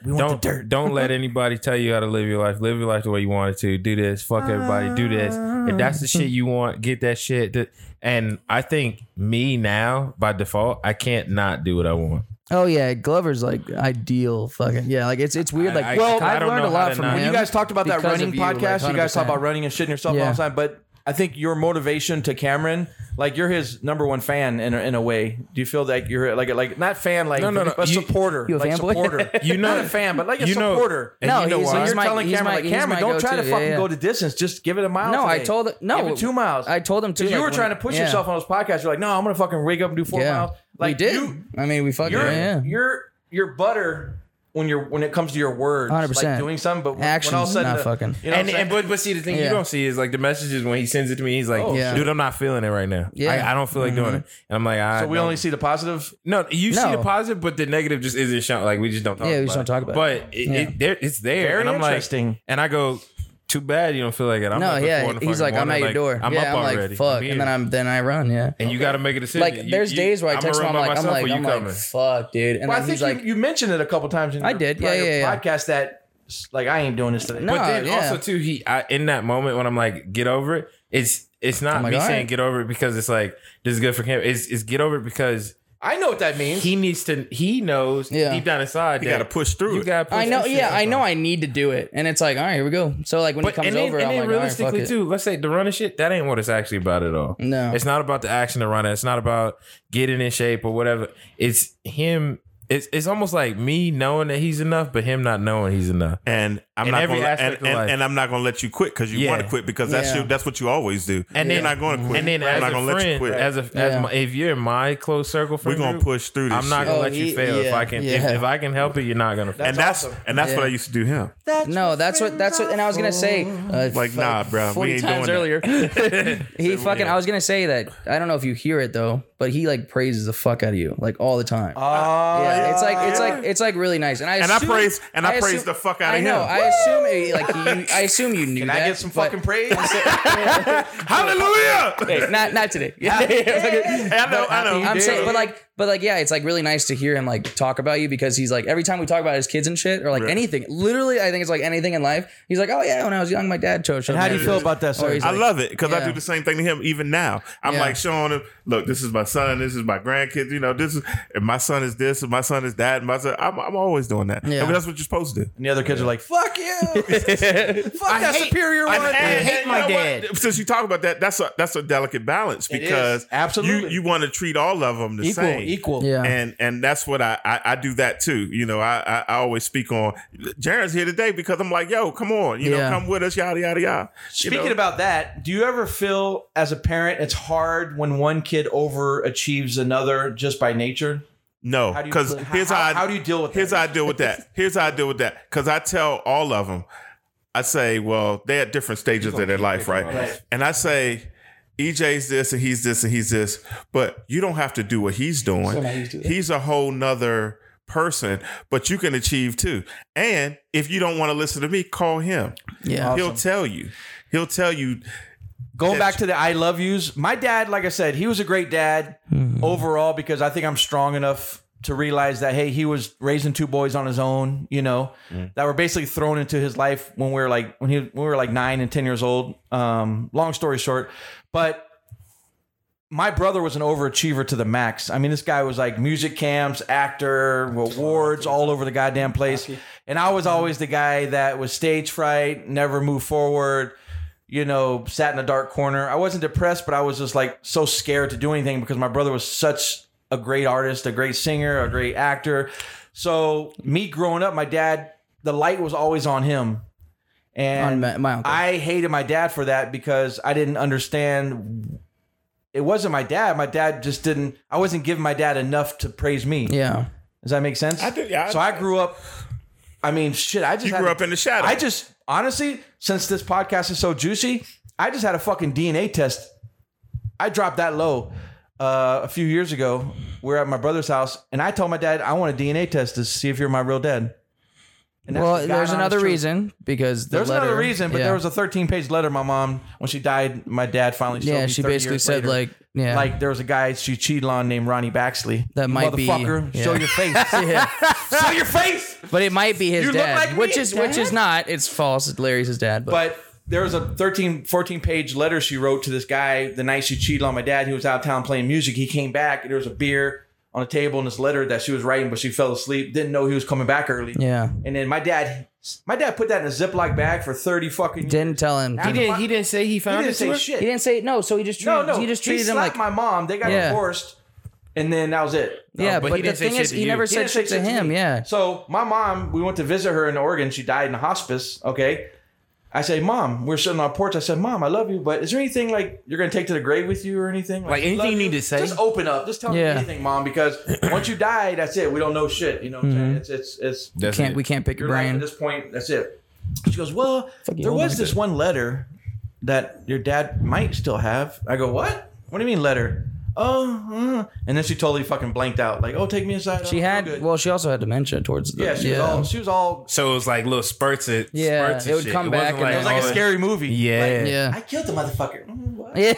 don't don't let anybody tell you how to live your life. Live your life the way you want it to. Do this. Fuck everybody. Do this. If that's the shit you want, get that shit. Th- And I think me now by default, I can't not do what I want. Oh yeah, Glover's like ideal fucking yeah. Like it's it's weird. Like I- well, I I've don't learned a know how lot to from not- him. When you guys talked about that because of running you, like, podcast, you guys talk 100%. about running and shitting yourself Yeah. all the time. But I think your motivation to Cameron, like you're his number one fan in a, in a way. Do you feel like you're like like not fan like No, no, no. but You- supporter, You a like fanboy? supporter. You know- not a fan, but like a you know- supporter. and No, you know he's- why? he's you're my- telling he's Cameron, my- like he's Cameron, my don't try to go-to." Yeah, fucking yeah. go the distance. Just give it a mile. No, I today. told- no. Give it two miles. I told him too. 'Cause you like, were when- trying to push yeah. yourself on those podcasts. You're like, no, I'm gonna fucking rig up and do four Yeah, miles. Like we did. You, I mean, we fucking you're yeah. you're you're butter when you're when it comes to your words, 100%. like doing something, but when, Actions, when all of a sudden, not the- fucking. You know and, what I'm and saying? but, but see the thing you Yeah. don't see is like the messages when he sends it to me he's like Oh, Yeah. Mm-hmm. dude I'm not feeling it right now Yeah. I, I don't feel like doing it and I'm like I so we only see the positive. No, you see No. the positive, but the negative just isn't shown. Like we just don't talk. Yeah, about we just it. don't talk about But it. it, Yeah. it- there, it's there, Very and I'm interesting. like, and I go, too bad you don't feel like it. I'm No, up at four yeah. in the He's fucking like, I'm at morning, your like, door. I'm yeah, up I'm already. like, fuck, here. and then I'm then I run. Yeah. and you got to make a decision. Like You- there's you- days where I I'ma text him run I'm by like I'm myself like or you I'm like coming. fuck dude, and Well, I then think he's you, like you mentioned it a couple times in I your did, yeah, prior yeah, yeah. podcast that like I ain't doing this today. No. But then yeah. also too, he I, in that moment when I'm like, get over it. It's it's not I'm like, me all saying right. get over it because it's like this is good for him. It's it's get over it because I know what that means. he needs to. He knows Yeah. deep down inside You that got to push through You it. got. I know yeah I know I need to do it, and it's like all right here we go. So like when he comes and then, over, and I'm then like all right fuck realistically it. too, let's say the running shit, that ain't what it's actually about at all. No. It's not about the action to run it. It's not about getting in shape or whatever. It's him. It's it's almost like me knowing that he's enough, but him not knowing he's enough. and I'm In not every gonna, and, aspect of life. and, and I'm not gonna let you quit because you Yeah. want to quit because that's Yeah. your, that's what you always do. And you're then- not gonna quit. And then I'm as not a gonna let you friend, quit. as a as Yeah. my, if you're in my close circle, friend We're gonna group, push through this. I'm not shit. gonna Oh, let you he- fail. If yeah, I can, if, yeah. if I can help it, you're not gonna. fail. and that's awesome. and that's Yeah. what I used to do him. No, that's what that's what, and I was gonna say uh, Like, nah, bro, we 40 ain't times doing earlier. he fucking. I was gonna say that. I don't know if you hear it though, but he like praises the fuck out of you like all the time. Oh, yeah, it's like it's like it's like really nice. And I And I assume- praise- and I praise assume- the fuck outta I know. him. I assume it- like you, I assume you knew Can that. I get some but- fucking praise? Hallelujah! Hey, not not today. Yeah. Hey, I know, I know. I'm saying, but like, but like, yeah, it's like really nice to hear him like talk about you because he's like every time we talk about his kids and shit or like anything. Literally, I think it's like anything in life. He's like, oh yeah, when I was young, my dad chose. How do you feel about that, Or sir? he's I like- love it because I yeah. do the same thing to him even now. I'm Yeah. like showing him, look, this is my son, this is my grandkids. You know, this is if my son is this, and my son is that. And my son, I'm, I'm always doing that. Yeah. I mean, that's what you're supposed to do. And the other kids are like, "Fuck you, fuck that superior one." And- hate and my you know what? dad. Since you talk about that, that's a that's a delicate balance because Absolutely. you, you want to treat all of them the equal, same. equal. Yeah. And and that's what I, I I do that too. You know, I I, I always speak on. Jaren's here today because I'm like, yo, come on, you Yeah. know, come with us, yada yada yada. You Speaking know? about that, do you ever feel as a parent it's hard when one kid overachieves another just by nature? No, How do you because how- here's how, how, I, how do you deal with here's that? how I deal with that. Here's how I deal with that. Because I tell all of them, I say, well, they're at different stages of their life, right? And I say, EJ's this and he's this and he's this, but you don't have to do what he's doing. He's a whole nother person, but you can achieve too. And if you don't want to listen to me, call him. Yeah. He'll tell you. He'll tell you. Going back to the I love yous, my dad, like I said, he was a great dad overall because I think I'm strong enough to realize that hey, he was raising two boys on his own, you know, that were basically thrown into his life when we were like when he when we were like nine and ten years old. Um, long story short, but my brother was an overachiever to the max. I mean, this guy was like music camps, actor, awards, all over the goddamn place. And I was always the guy that was stage fright, never moved forward, you know, sat in a dark corner. I wasn't depressed, but I was just like so scared to do anything because my brother was such a great artist, a great singer, a great actor. So, me growing up, my dad, the light was always on him. And On my- my uncle. I hated my dad for that because I didn't understand it wasn't my dad. My dad just didn't. I wasn't giving my dad enough to praise me. yeah. Does that make sense? I do, yeah, I- so I grew up. I mean, shit. I just You had grew to- up in the shadow. I just honestly, since this podcast is so juicy, I just had a fucking DNA test. I dropped that low uh, a few years ago. We are at my brother's house, and I told my dad I want a DNA test to see if you're my real dad. And that's Well, the there's God-honest another truth. reason because the There's another letter- reason, but yeah. there was a 13 page letter my mom when she died. My dad finally showed yeah. me She 30 basically years said later like yeah like there was a guy she cheated on named Ronnie Baxley. That You might be- motherfucker. yeah. Show your face. Yeah. show your face. But it might be his You look dad, like which me, is which is not. It's false. Larry's his dad, but, But there was a 13, 14 page letter she wrote to this guy the night she cheated on my dad. He was out of town playing music. He came back and there was a beer on a table and this letter that she was writing, but she fell asleep. Didn't know he was coming back early. yeah, And then my dad, my dad put that in a Ziploc bag for thirty fucking. years. didn't tell him. He didn't. He didn't say he He found didn't it. to say her? shit. He didn't say no, so he just treated, no, no. he just treated him like slapped my mom. They got Yeah. divorced, and then that was it. yeah. but But, he the didn't say thing shit is, to he you. never He said didn't say shit to shit to him. me. Yeah, So my mom, we went to visit her in Oregon. She died in hospice. Okay. I say, Mom, we're sitting on a porch. I said, Mom, I love you, but is there anything like you're gonna take to the grave with you or anything? Like, anything love you need to say? Just open up. Just tell Yeah. me anything, Mom, because once you die, that's it. We don't know shit. You know what Mm-hmm. I'm saying? It's it's it's That's can't it. we can't pick your your life at brain? this point, that's it. She goes, Well, you, there hold was on. this one letter that your dad might still have. I go, What? What do you mean letter? Oh, uh," and then she totally fucking blanked out. Like, oh, take me aside. She had well, she also had dementia towards the yeah, she was all she was all So it was like little spurts of Yeah, spurts of it would shit. come wasn't back and it was like oh, a scary movie. Yeah. Like, yeah, I killed the motherfucker. Mm, what? yeah.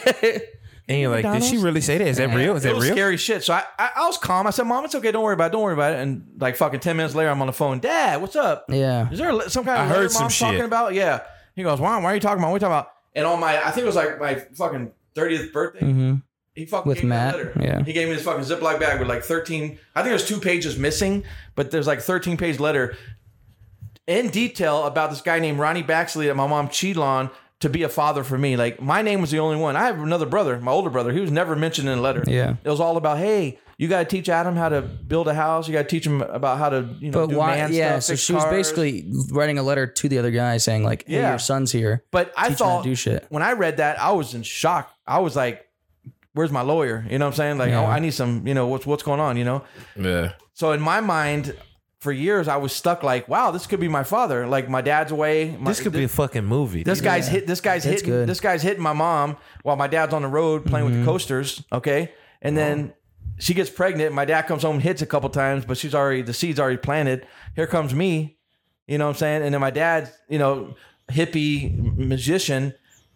And you're like, did she really say that? Is that real? Is It that was real? scary shit. So I, I, I was calm. I said, "Mom, it's okay. Don't worry about it. Don't worry about it." And like fucking ten minutes later, I'm on the phone. Dad, what's up? Yeah. Is there a- some kind I of heard letter some mom's shit. talking about? Yeah. He goes, "Mom, why are you talking about? What are you talking about?" And on my, I think it was like my fucking thirtieth birthday. He fucking Mm-hmm. With gave me Matt, that letter. yeah. He gave me this fucking Ziploc bag with like thirteen. I think there's two pages missing, but there's like thirteen page letter in detail about this guy named Ronnie Baxley that my mom cheated on to be a father for me. Like my name was the only one. I have another brother, my older brother. He was never mentioned in a letter. Yeah. it was all about hey. You got to teach Adam how to build a house. You got to teach him about how to, you know, But do why? man Yeah, stuff, so fix she was cars. basically writing a letter to the other guy saying like, "Hey, Yeah. your son's here." But Teach him how I to thought do shit. when I read that, I was in shock. I was like, "Where's my lawyer?" You know what I'm saying? Like, Yeah. oh, I need some. You know what's what's going on? You know. Yeah. So in my mind, for years, I was stuck like, "Wow, this could be my father." Like my dad's away. My, This could be a fucking movie. This guy's hit. This guy's hitting. good. Mm-hmm. This guy's hitting my mom while my dad's on the road playing with the coasters. Okay, and then she gets pregnant. My dad comes home, hits a couple times, but she's already the seeds already planted. Here comes me, you know what I'm saying? And then my dad's, you know, hippie magician.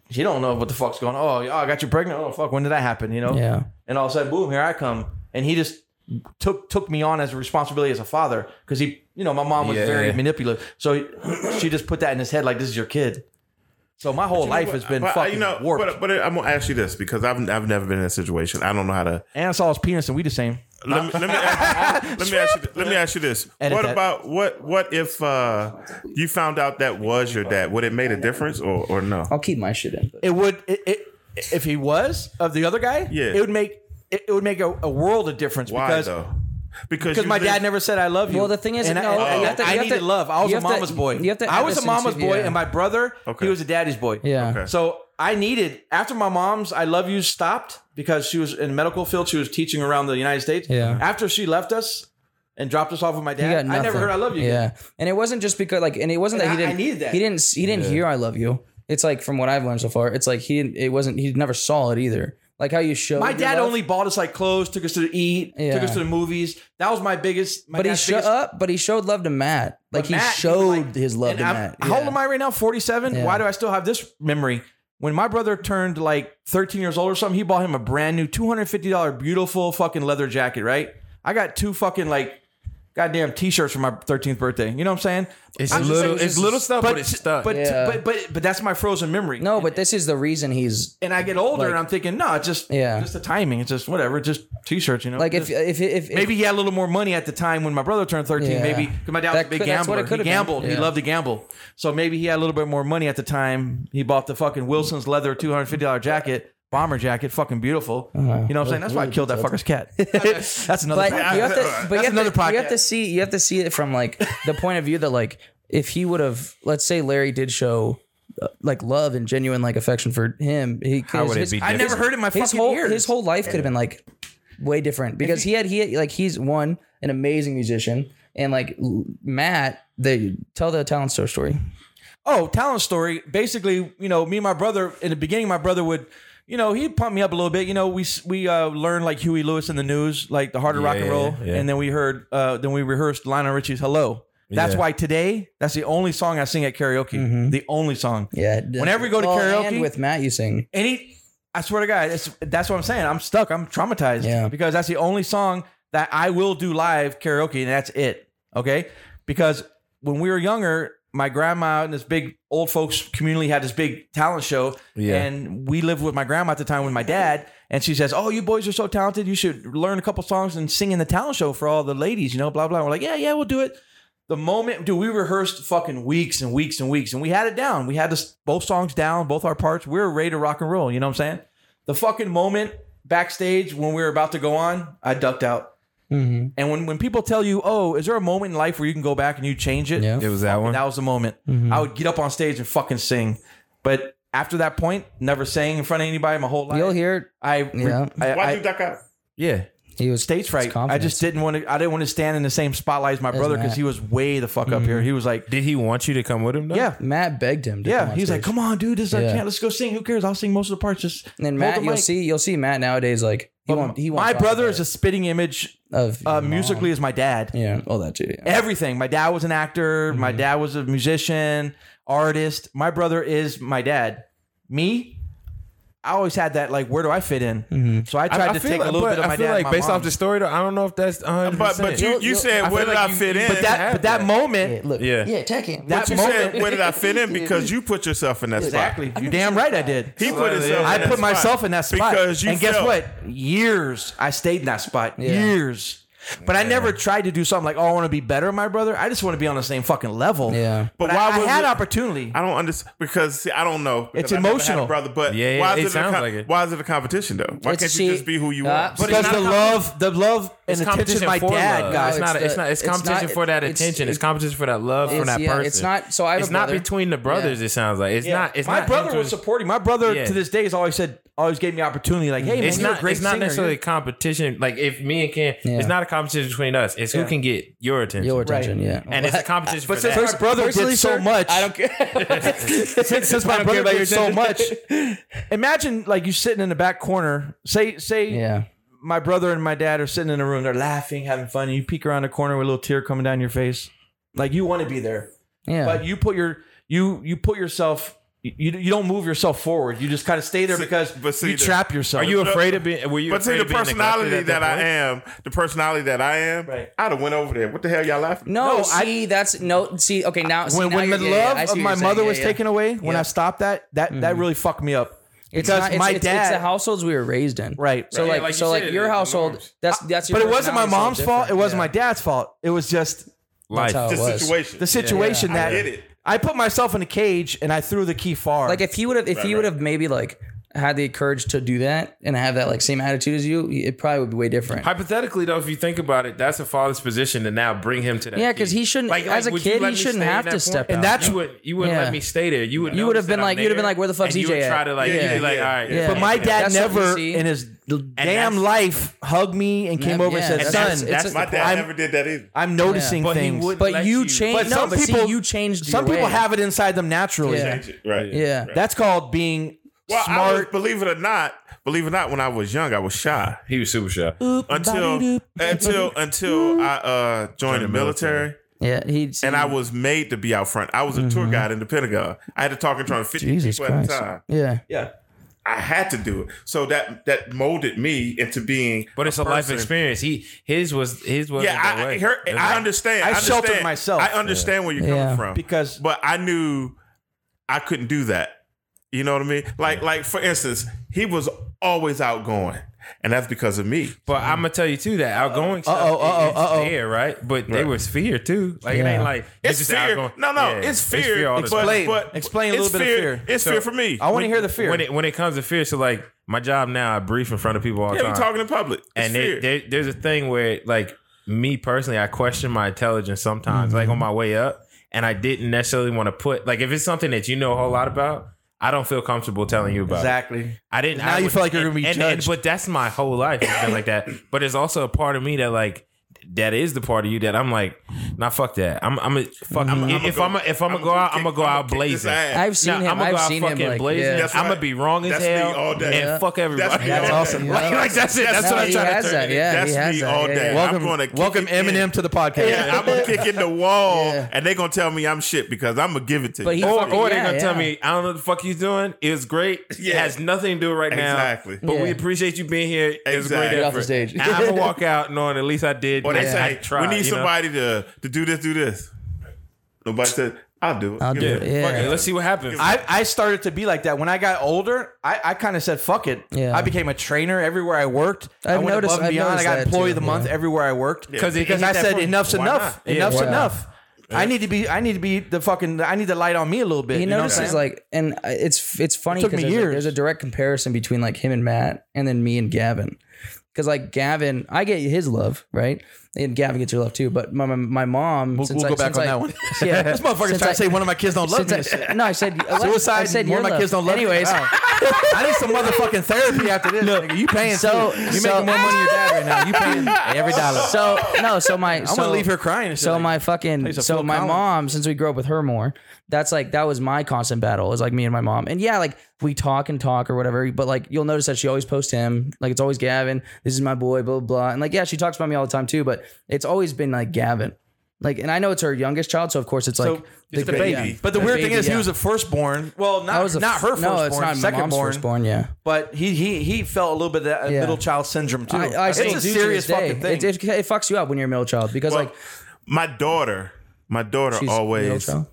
He don't know what the fuck's going. on. Oh, I got you pregnant. Oh fuck, when did that happen? You know? Yeah. And all of a sudden, boom, here I come. And he just took took me on as a responsibility as a father because he, you know, my mom was Yeah. very manipulative. So he- she just put that in his head like this is your kid. So my whole life has been but, uh, fucking you know, warped. but but I'm gonna ask you this because I've I've never been in a situation. I don't know how to. and I saw his penis, and we the same. Let me let me ask, let me ask you let me ask you this. Edit what that. about what what if uh, you found out that was your dad? Would it made a difference or or no? I'll keep my shit in. but- It would it, it if he was of the other guy. Yeah. it would make it, it would make a, a world of difference Why because though? Because because you my live- Oh. dad never said I love you. Well, the thing is, and no, I, you have to- I you have needed to- love. I was you a have to- mama's boy. you have to I add was this a mama's into- boy, yeah. and my brother Okay. he was a daddy's boy. Yeah. Okay. So I needed after my mom's I love you stopped because she was in the medical field. She was teaching around the United States. Yeah. After she left us and dropped us off with my He dad, got I never nothing. heard I love you. again. Yeah, and it wasn't just because like, and it wasn't And that he I- I didn't. needed that. He didn't. He didn't hear "I love you." It's like from what I've learned so far. It's like he didn't. It wasn't. He never saw it either. Like how you showed. My your dad love, only bought us like clothes, took us to eat, Yeah. took us to the movies. That was my biggest. My But he dad's showed biggest- up. But he showed love to Matt. Like he Matt, showed was like- his love and to I'm- Matt. How Yeah. old am I right now? 47? Yeah. Why do I still have this memory? When my brother turned like 13 years old or something, he bought him a brand new $250 beautiful fucking leather jacket, right? I got two fucking like goddamn t-shirts for my 13th birthday. You know what I'm saying? It's I'm just little, saying it's, this is- little stuff, but, it's stuff. But, Yeah. but but but that's my frozen memory. No, but this is the reason he's and I get older and I'm thinking, no, it's just Yeah. just the timing. It's just whatever, it's just t-shirts, you know. like Just- if if if, if maybe he had a little more money at the time when my brother turned 13 Yeah. maybe because my dad was That a big could- that's what gambler it could he have been. gambled he Yeah. loved to gamble so maybe he had a little bit more money at the time he bought the fucking wilson's leather $250 jacket bomber jacket fucking beautiful you know what i'm saying that's why i killed that fucker's cat that's another but podcast. you have to, but you have, uh, another to, you have podcast. to see you have to see it from like the point of view that like if he would have let's say Larry did show uh, like love and genuine like affection for him he How would it his, be i never His- heard it in my his fucking whole ears his whole life could have been like way different because he had he had, like he's one an amazing musician and like l- Matt they tell the talent store story oh talent story basically you know me and my brother in the beginning my brother would you know he'd pump me up a little bit you know we we uh, learned like huey lewis in the news like the harder rock and Yeah, roll yeah. and then we heard uh, then we rehearsed lionel richie's hello that's Yeah. Mm-hmm. why today that's the only song i sing at karaoke the only song yeah Whenever we go to Well, karaoke- and with Matt you sing any i swear to god it's, that's what i'm saying i'm stuck i'm traumatized Yeah. because that's the only song that i will do live karaoke and that's it okay because when we were younger my grandma and this big old folks community had this big talent show Yeah. and we lived with my grandma at the time with my dad and she says oh you boys are so talented you should learn a couple songs and sing in the talent show for all the ladies you know blah blah we're like yeah yeah we'll do it the moment, dude, we rehearsed fucking weeks and weeks and weeks, and we had it down. We had this, both songs down, both our parts. We were ready to rock and roll. You know what I'm saying? The fucking moment backstage when we were about to go on, I ducked out. Mhm. And when when people tell you, "Oh, is there a moment in life where you can go back and you change it?" Yeah. it was that one. That was the moment. Mm-hmm. I would get up on stage and fucking sing. But after that point, never sang in front of anybody my whole life. you'll hear I, Yeah. I, Why'd I- you duck out? yeah, he was stage fright. I confidence. just didn't want to. I didn't want to stand in the same spotlight as my brother because Matt. he was way the fuck up Mm-hmm. here. He was like, did he want you to come with him? Though? "Yeah, Matt begged him to Yeah, come on he's stage. like, "Come on, dude, this is our Yeah. chance. Let's go sing. Who cares? I'll sing most of the parts." Just And then hold Matt, the you'll mic." see, you'll see Matt nowadays. Like he won't, he won't. My talk brother about is a spitting image it. of uh, your mom. musically as my dad. Yeah, all that too. Yeah. Everything. My dad was an actor. My dad was a musician, artist. My brother is my dad. Me, I always had that like, where do I fit in? So I tried I, I to feel take like, a little but bit of my I feel dad. like and my based off mom's. the story, though, I don't know if that's 100. But but you, You'll- you you'll- said I where feel did like I you- fit in? but that, but that Yeah. moment, look, Yeah. attack him. That- you moment- said where did I fit in? Because you put yourself in that exactly. spot. You damn right, I did. He put himself. I in that put spot myself in that spot. because you and guess felt- what? Years I stayed in that spot. Years. But I never tried to do something like, oh, I want to be better, than my brother. I just want to be on the same fucking level. Yeah. But, But why why I, was had it- opportunity. I don't understand because see, I don't know. because It's I never had a emotional. brother. But Yeah, yeah, why it is it, a sounds com- like it. why is it a competition though? Why It's can't see- you just be who you uh, are? but because not a the love, the love and attention my dad love. got. It's It's not. a- It's the- not. It's it's not- competition for that it's- attention. It's it- competition for that love for It's- that yeah, person. it's not- so I have a It's not brother. between the brothers. It sounds like it's not. It's my not brother interest- was supporting. My brother Yeah. to this day has always said, always gave me opportunity. Like, hey, man, It's you're not. a great It's not singer. necessarily a competition. Like if me and Ken, Yeah. it's not a competition between us. It's who can get your attention. your attention. Yeah, and it's a competition for But since that. my brother did so much, I don't care. since, since my brother about did so much, imagine like you sitting in the back corner. Say, say, yeah, my brother and my dad are sitting in a room. They're laughing, having fun. You peek around the corner with a little tear coming down your face, like you want to be there, Yeah. but you put your you you put yourself. You, you don't move yourself forward. You just kind of stay there See, because but see you the- trap yourself. Are you afraid of being? Were you? But see, afraid the of being personality that, neglected at I point? am, the personality that I am, Right. I'd have went over there. What the hell y'all laughing? no, No, I- see, that's no, see, okay, now, see, when now when the you're- yeah, yeah, love I see of what my you're saying. mother Yeah, was yeah. Mm-hmm. taken away, when I stopped that, that that really fucked me up. It's because not- it's- my it's- dad, it's the households we were raised in, Right, So right. like, Yeah, like you so like said, your the household, norms. that's that's. Your but it wasn't my personality, mom's so fault. It different. wasn't Yeah. my dad's fault. It was just That's how Life. it This was. situation. the situation I that get it. I put myself in a cage and I threw the key far. Like if he would have, if he would have maybe like had the courage to do that and have that like same attitude as you, it probably would be way different. Hypothetically, though, if you think about it, that's a father's position to now bring him to that. Yeah, 'cause kid. he shouldn't- as a would you kid, let he me shouldn't stay in have that to point? step And out. that's- you would you wouldn't Yeah. let me stay there. You would You would notice have been that I'm like- you'd have been there, like, where the fuck's and you EJ would try at? to like Yeah, you'd be like all yeah. right. Yeah. but my dad That's what you never see. in his l- damn that's- life hugged me and came Yeah, over yeah, and that's- said, "Son, it's- it's- My the dad point. never did that either. I'm noticing But he things." would. but let you you- changed. But no, some but see, people- you changed. Some your people way. have it inside them naturally. Yeah. Right. Yeah. That's called being Well, I was, smart. believe it or not, believe it or not, when I was young, I was shy. He was super shy. Until until until I uh joined the military. Yeah, he And Mm-hmm. I was made to be out front. I was a tour guide in the Pentagon. I had to talk in front of 50 Mm-hmm. Jesus people Christ. at a uh, time. Yeah. yeah. I had to do it. So that that molded me into being But it's a life person. experience. He his was his was. Yeah, I, I, her, I understand. I sheltered understand. myself. I understand where you're Yeah. coming from Because- but I knew I couldn't do that. You know what I mean? Like, like for instance, he was always outgoing, and that's because of me. But I'm gonna tell you too that outgoing stuff Uh-oh, uh-oh, is uh-oh. there, right? But there was fear too. Like it Yeah. ain't like you It's just fear. outgoing. No, no, Yeah, it's fear. all the but, time. Explain. but- Explain a it's little bit of fear. It's fear for me. I want to hear the fear. When it when it comes to fear, so like my job now, I brief in front of people all the yeah, time. we talking in public. It's and fear. there, there, there's a thing where like me personally i question my intelligence sometimes like on Mm-hmm. my way up and i didn't necessarily want to put like if it's something that you know a whole lot about i don't feel comfortable telling you about it. exactly. i didn't Now I you would- feel like you're gonna be and, and- judged. but that's my whole life it's been like that but there's also a part of me that like that is the part of you that I'm like, nah, fuck that. I'm, I'm a, fuck. if, if I'm, a, if I'm gonna go out, I'm gonna go out kick his blazing. ass. I've seen Nah, him. I'ma go I've out seen fucking him. Like, blazing. yeah. That's I'm right. gonna be wrong as That's me hell all day. and Yeah. fuck everybody. me all That's day. awesome. Like, like, that's it. That's No, what I'm he trying has to that. tell you. Yeah, he that's has me that. all Yeah, day. yeah. I'm going to Welcome Eminem to the podcast. Yeah, I'm gonna kick in the wall, Yeah. and they're gonna tell me I'm shit because I'm gonna give it to But you. he- Or, fucking- or they're yeah, gonna tell yeah. me, I don't know what the fuck he's doing. It was great. It Yeah. has nothing to do right now. Exactly. But we Yeah. appreciate you being here. It was a Exactly. great Get off the effort. stage. And I'm gonna walk out knowing at least I did. Or they I- I say tried, we need you know? somebody to to do this, do this. Nobody said I'll do it. I'll Give do a it. Yeah. fuck. Fuck it, let's see what happens. I, I started to be like that when I got older. I, I kind of said fuck it. Yeah. I became a trainer everywhere I worked. i I've went noticed- above and I've beyond. I noticed got that employee too, of the month yeah. everywhere I worked. Because it- because at I that said point, enough's why enough. not? Yeah. Enough's Why not? enough. I need to be. I need to be the fucking. I need the light on me a little bit. He You, know what I'm notices saying? like, and I- it's it's funny It took because me there's, a- years. there's a direct comparison between like him and Matt, and then me and Gavin, because like Gavin, I get his love, right, and Gavin gets your love too. But my my, my mom, We'll, since we'll I- go back since on I- that one. Yeah, this motherfucker's since trying I- to say one of my kids don't love me. since I- no, I said Suicide. I said one your of my love. kids don't love Anyways, me. Wow. I need some motherfucking therapy after this. nigga. You paying so- too. You so- making more money than your dad right now. You paying every dollar. so no, so my I'm I'm gonna leave her crying. So my fucking Plays a so Phil my Collins. mom, since we grew up with her more, that's like that was my constant battle. Is like me and my mom, and yeah, like we talk and talk or whatever. But like you'll notice that she always posts him. Like it's always Gavin. This is my boy. Blah blah. blah. And like yeah, she talks about me all the time too. But it's always been like Gavin. Like and I know it's her youngest child, so of course it's like So it's the baby. baby. But the, weird thing baby, is, yeah. he was a firstborn. Well, I not was a- not her No, it's firstborn, not my secondborn. mom's firstborn. Yeah. But he he he felt a little bit of that uh, Yeah. middle child syndrome too. I, I it's still a do to serious this day. fucking thing. It, it, it fucks you up when you're a middle child because Well, like my daughter, my daughter she's middle always. child.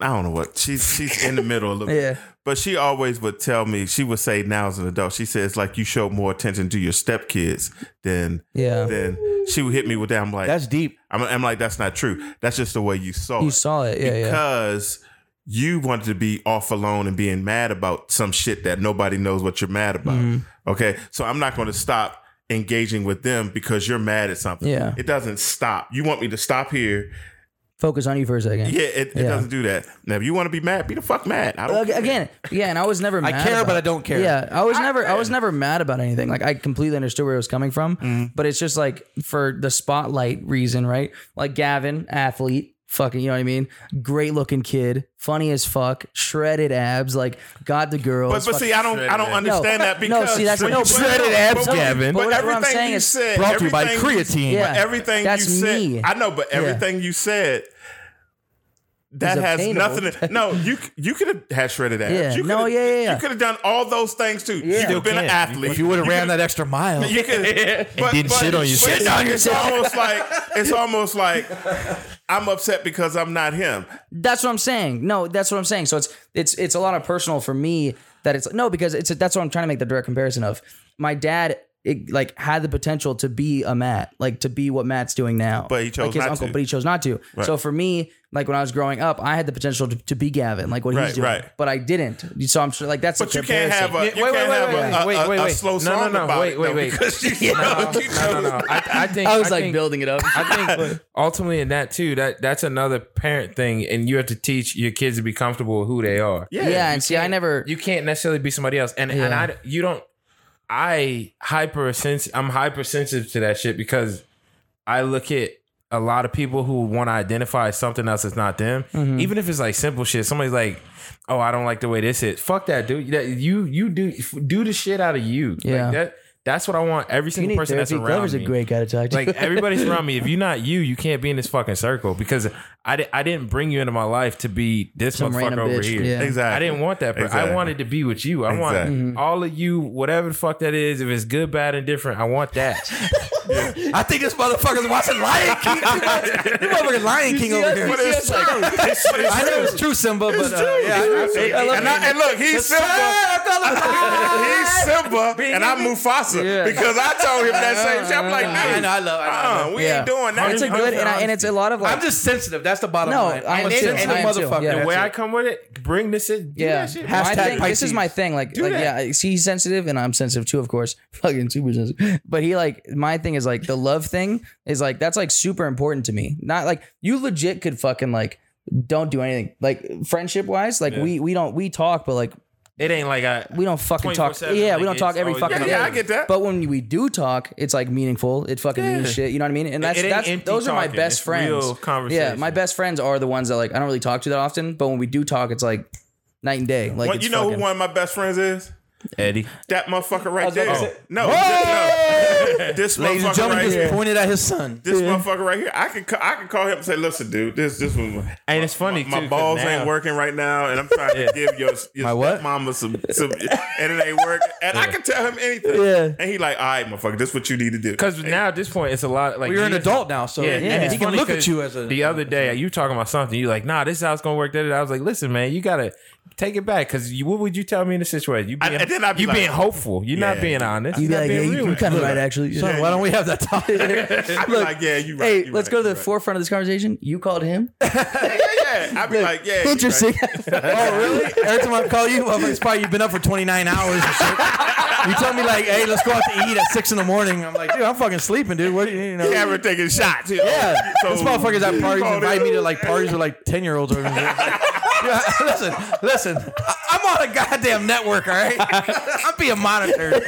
I don't know what she's she's in the middle a little Yeah. bit. But she always would tell me, she would say now as an adult, she says like you show more attention to your stepkids than Yeah. than she would hit me with that. I'm like That's deep. I'm, I'm like that's not true. That's just the way you saw You it. saw it. Yeah, yeah. because you wanted to be off alone and being mad about some shit that nobody knows what you're mad about. Mm-hmm. Okay. So I'm not going to stop engaging with them because you're mad at something. Yeah. It doesn't stop. You want me to stop here. Focus on you for a second. Yeah, it, it Yeah. doesn't do that. Now if you want to be mad, be the fuck mad. I don't Ag- care. again, yeah, and I was never. I Mad care, about but it. I don't care. Yeah, I was never. I was never mad about anything. Like I completely understood where it was coming Mm-hmm. from, but it's just like for the spotlight reason, right? Like Gavin, athlete, Fucking, you know what I mean? Great looking kid, funny as fuck, shredded abs, like got the girls. But, but fucking- see, I don't, I don't Shredded. understand No, that no, because see, that's- when no, you but- said Shredded it, abs, but- Gavin. But, But what I'm everything saying you is- said, Brought to you by everything- creatine. Yeah. everything That's you said, me. I know, but everything you said. That It's has obtainable. nothing. To, no, you you could have had shredded abs. Yeah. You No, could've- yeah, yeah, yeah. You could have done all those things Yeah. too. You could Still have been an can. athlete. If you would have ran could've- that extra mile, You could, but, didn't but- shit on but yourself. It's, it's almost like it's almost like I'm upset because I'm not him. That's what I'm saying. No, that's what I'm saying. So it's it's it's a lot of personal for me that it's no because it's that's what I'm trying to make the direct comparison of. My dad it, like had the potential to be a Matt, like to be what Matt's doing now. But he chose like his not uncle, to. but he chose not to. So for me, like when I was growing up, I had the potential to, to be Gavin, like what Right, he's doing, right. but I didn't. So I'm sure like that's But a you can't comparison. have a you wait, can't wait, have wait, a, wait, a, wait, a, a wait. slow No, no, song no, about wait, it, wait, though, wait. because you, you no, no. I, I think I was like think- building it up. I think ultimately in that too, that that's another parent thing, and you have to teach your kids to be comfortable with who they are. yeah, and see, I never. you can't necessarily be somebody else, and and I you don't. I hypersens I'm hypersensitive to that shit because I look at a lot of people who want to identify as something else that's not them, Mm-hmm. even if it's like simple shit. Somebody's like, "Oh, I don't like the way this is." Fuck that, dude. That you you do do the shit out of you. Yeah. Like that that's what I want. Every You single need person that's therapy. around Glover's me. a great guy to talk to. Like everybody's around me. If you're not you, you can't be in this fucking circle because I, di- I didn't bring you into my life to be this Some motherfucker random over bitch, here. yeah. Mm-hmm. Exactly. I didn't want that. per- I Exactly. wanted to be with you. I Exactly. want all of you, whatever the fuck that is. If it's good, bad, and different, I want that. I think this motherfucker's watching Lion King. this motherfucker's Lion King over here. But it's true. It's- it's I know true. it's true, Simba, but uh, yeah, Hey, and, I, and look, he's Simba. He's Uh-huh. Simba, and I'm Mufasa because I told him that same shit. I'm like, I man, know, I love. I know, I uh, love. we Yeah. ain't doing that. it's a good and, I, and it's a lot of like I'm just sensitive. That's the bottom No, line. I am I'm a too. sensitive I am too. motherfucker. Yeah. the way that's I come with it, bring this in. do Yeah. that shit. Has- My Hashtag thing- this is Pisces. my thing. Like, like that. yeah, see, he's sensitive and I'm sensitive too, of course. Fucking super sensitive. But he like my thing is like the love thing is like that's like super important to me. Not like you legit could fucking like don't do anything. Like friendship wise, like we we don't we talk, but like It ain't like I. we don't fucking talk. 24/7, Yeah, we like, don't talk it's every always fucking been day. Yeah, I get that. But when we do talk, it's like meaningful. It fucking means shit. You know what I mean? And that's it ain't that's empty those are my talking. best It's friends. real Yeah, conversation. my best friends are the ones that like I don't really talk to that often. But when we do talk, it's like night and day. Like Well, it's you know fucking, who one of my best friends is? Eddie. That motherfucker right about there. to say- no, this, no. this Ladies and motherfucker gentlemen, right just here. pointed at his son. This motherfucker right here. I can ca- I can call him and say, listen, dude, this this was And it's funny my too, 'cause balls now- ain't working right now, and I'm trying to give your, your My what? mama some, some, and it ain't working. And I can tell him anything. Yeah. And he like, all right, motherfucker, this what you need to do. Because now at this point, it's a lot. Like Well, you're an he is- adult now, so Yeah, Oh, he and it's can funny look at 'cause you as a. The other day, you talking about something. You like, nah, this is how it's gonna work. That I was like, listen, man, you gotta take it back because you, what would you tell me in the situation? You I- being, and then I'd be you like- being hopeful. You're not Yeah. being honest. You You're not like, yeah, being you, real. are kind of right, actually. Son, why don't we have that talk? I'd be look, like, yeah, you right. hey, you let's right, go to the you right. forefront of this conversation. You called him. Yeah, yeah. I'd be like, yeah, you right. Interesting. oh, really? Every time I call you, I'm- it's probably you've been up for 29 hours and shit. You tell me like, hey, let's go out to eat at six in the morning. I'm like, dude, I'm fucking sleeping, dude. What do you, you know? Camera taking shots. you know? Yeah. So- Those motherfuckers at parties Oh, invite dude. me to like parties with like 10 year olds over here. Yeah, listen, listen. I- I'm on a goddamn network, all right? I'm being monitored.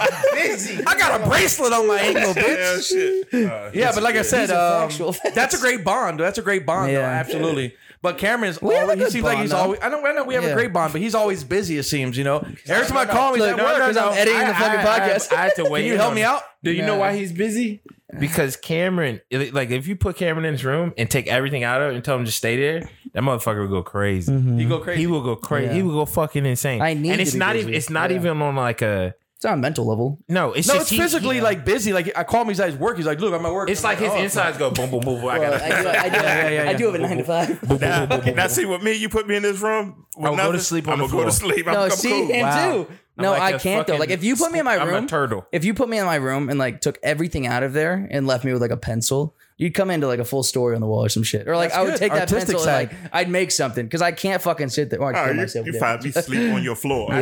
I got a bracelet on my ankle, Yeah, bitch. shit. Yeah, but like I said, are um, factual facts. that's a great bond. That's a great bond, though, Yeah. absolutely. But Cameron's We have a always, he good seems like bond, he's though. always. I know, I know we have Yeah. a great bond, but he's always busy. It seems, you know. Every time I call him, he's Look, at no, work. no, 'cause no. I'm editing the fucking podcast. I, have to wait. you in help on me it. out? Do you know Nah. why he's busy? Because Cameron, like, if you put Cameron in his room and take everything out of it and tell him to stay there, that motherfucker will go crazy. You go crazy. He will go crazy. Yeah. He will go fucking insane. I need and to it's be not busy. even. It's not Yeah. even on like a. it's on a mental level. No, it's no, just it's he- physically he- like busy. Like I call him, he's at his work. He's like, "Look, I'm at work." It's I'm like his "Oh." insides go boom, boom, boom. boom. I Well, gotta. I do, I do, Yeah, yeah, I yeah. do have a nine to five. Now, now see with me, you put me in this room. with I'll go to nothing, sleep on I'm the gonna go to floor. sleep. I'm No, gonna come see cool. him Wow. too. No, like I a can't though. fucking Like if you put me in my I'm a room, turtle. If you put me in my room and like took everything out of there and left me with like a pencil, you'd come into like a full story on the wall or some shit. Or like That's I would good. take that Artistic pencil side. and like I'd make something because I can't fucking sit there. Well, I Oh, kill you, myself you with find me sleep on your floor.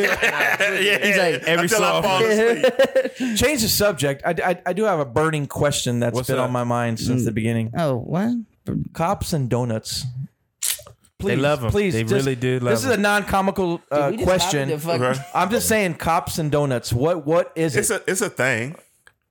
yeah, He's like, every until I fall asleep. Change the subject. I, I, I do have a burning question that's What's been that? on my mind since the Mm. beginning. that. Oh what? Cops and donuts. Please, They love 'em. Please, They just- really do love This is a non-comical uh, We just question. hopped the fuck- Okay. I'm just saying, cops and donuts. What what is It's it? a it's a thing.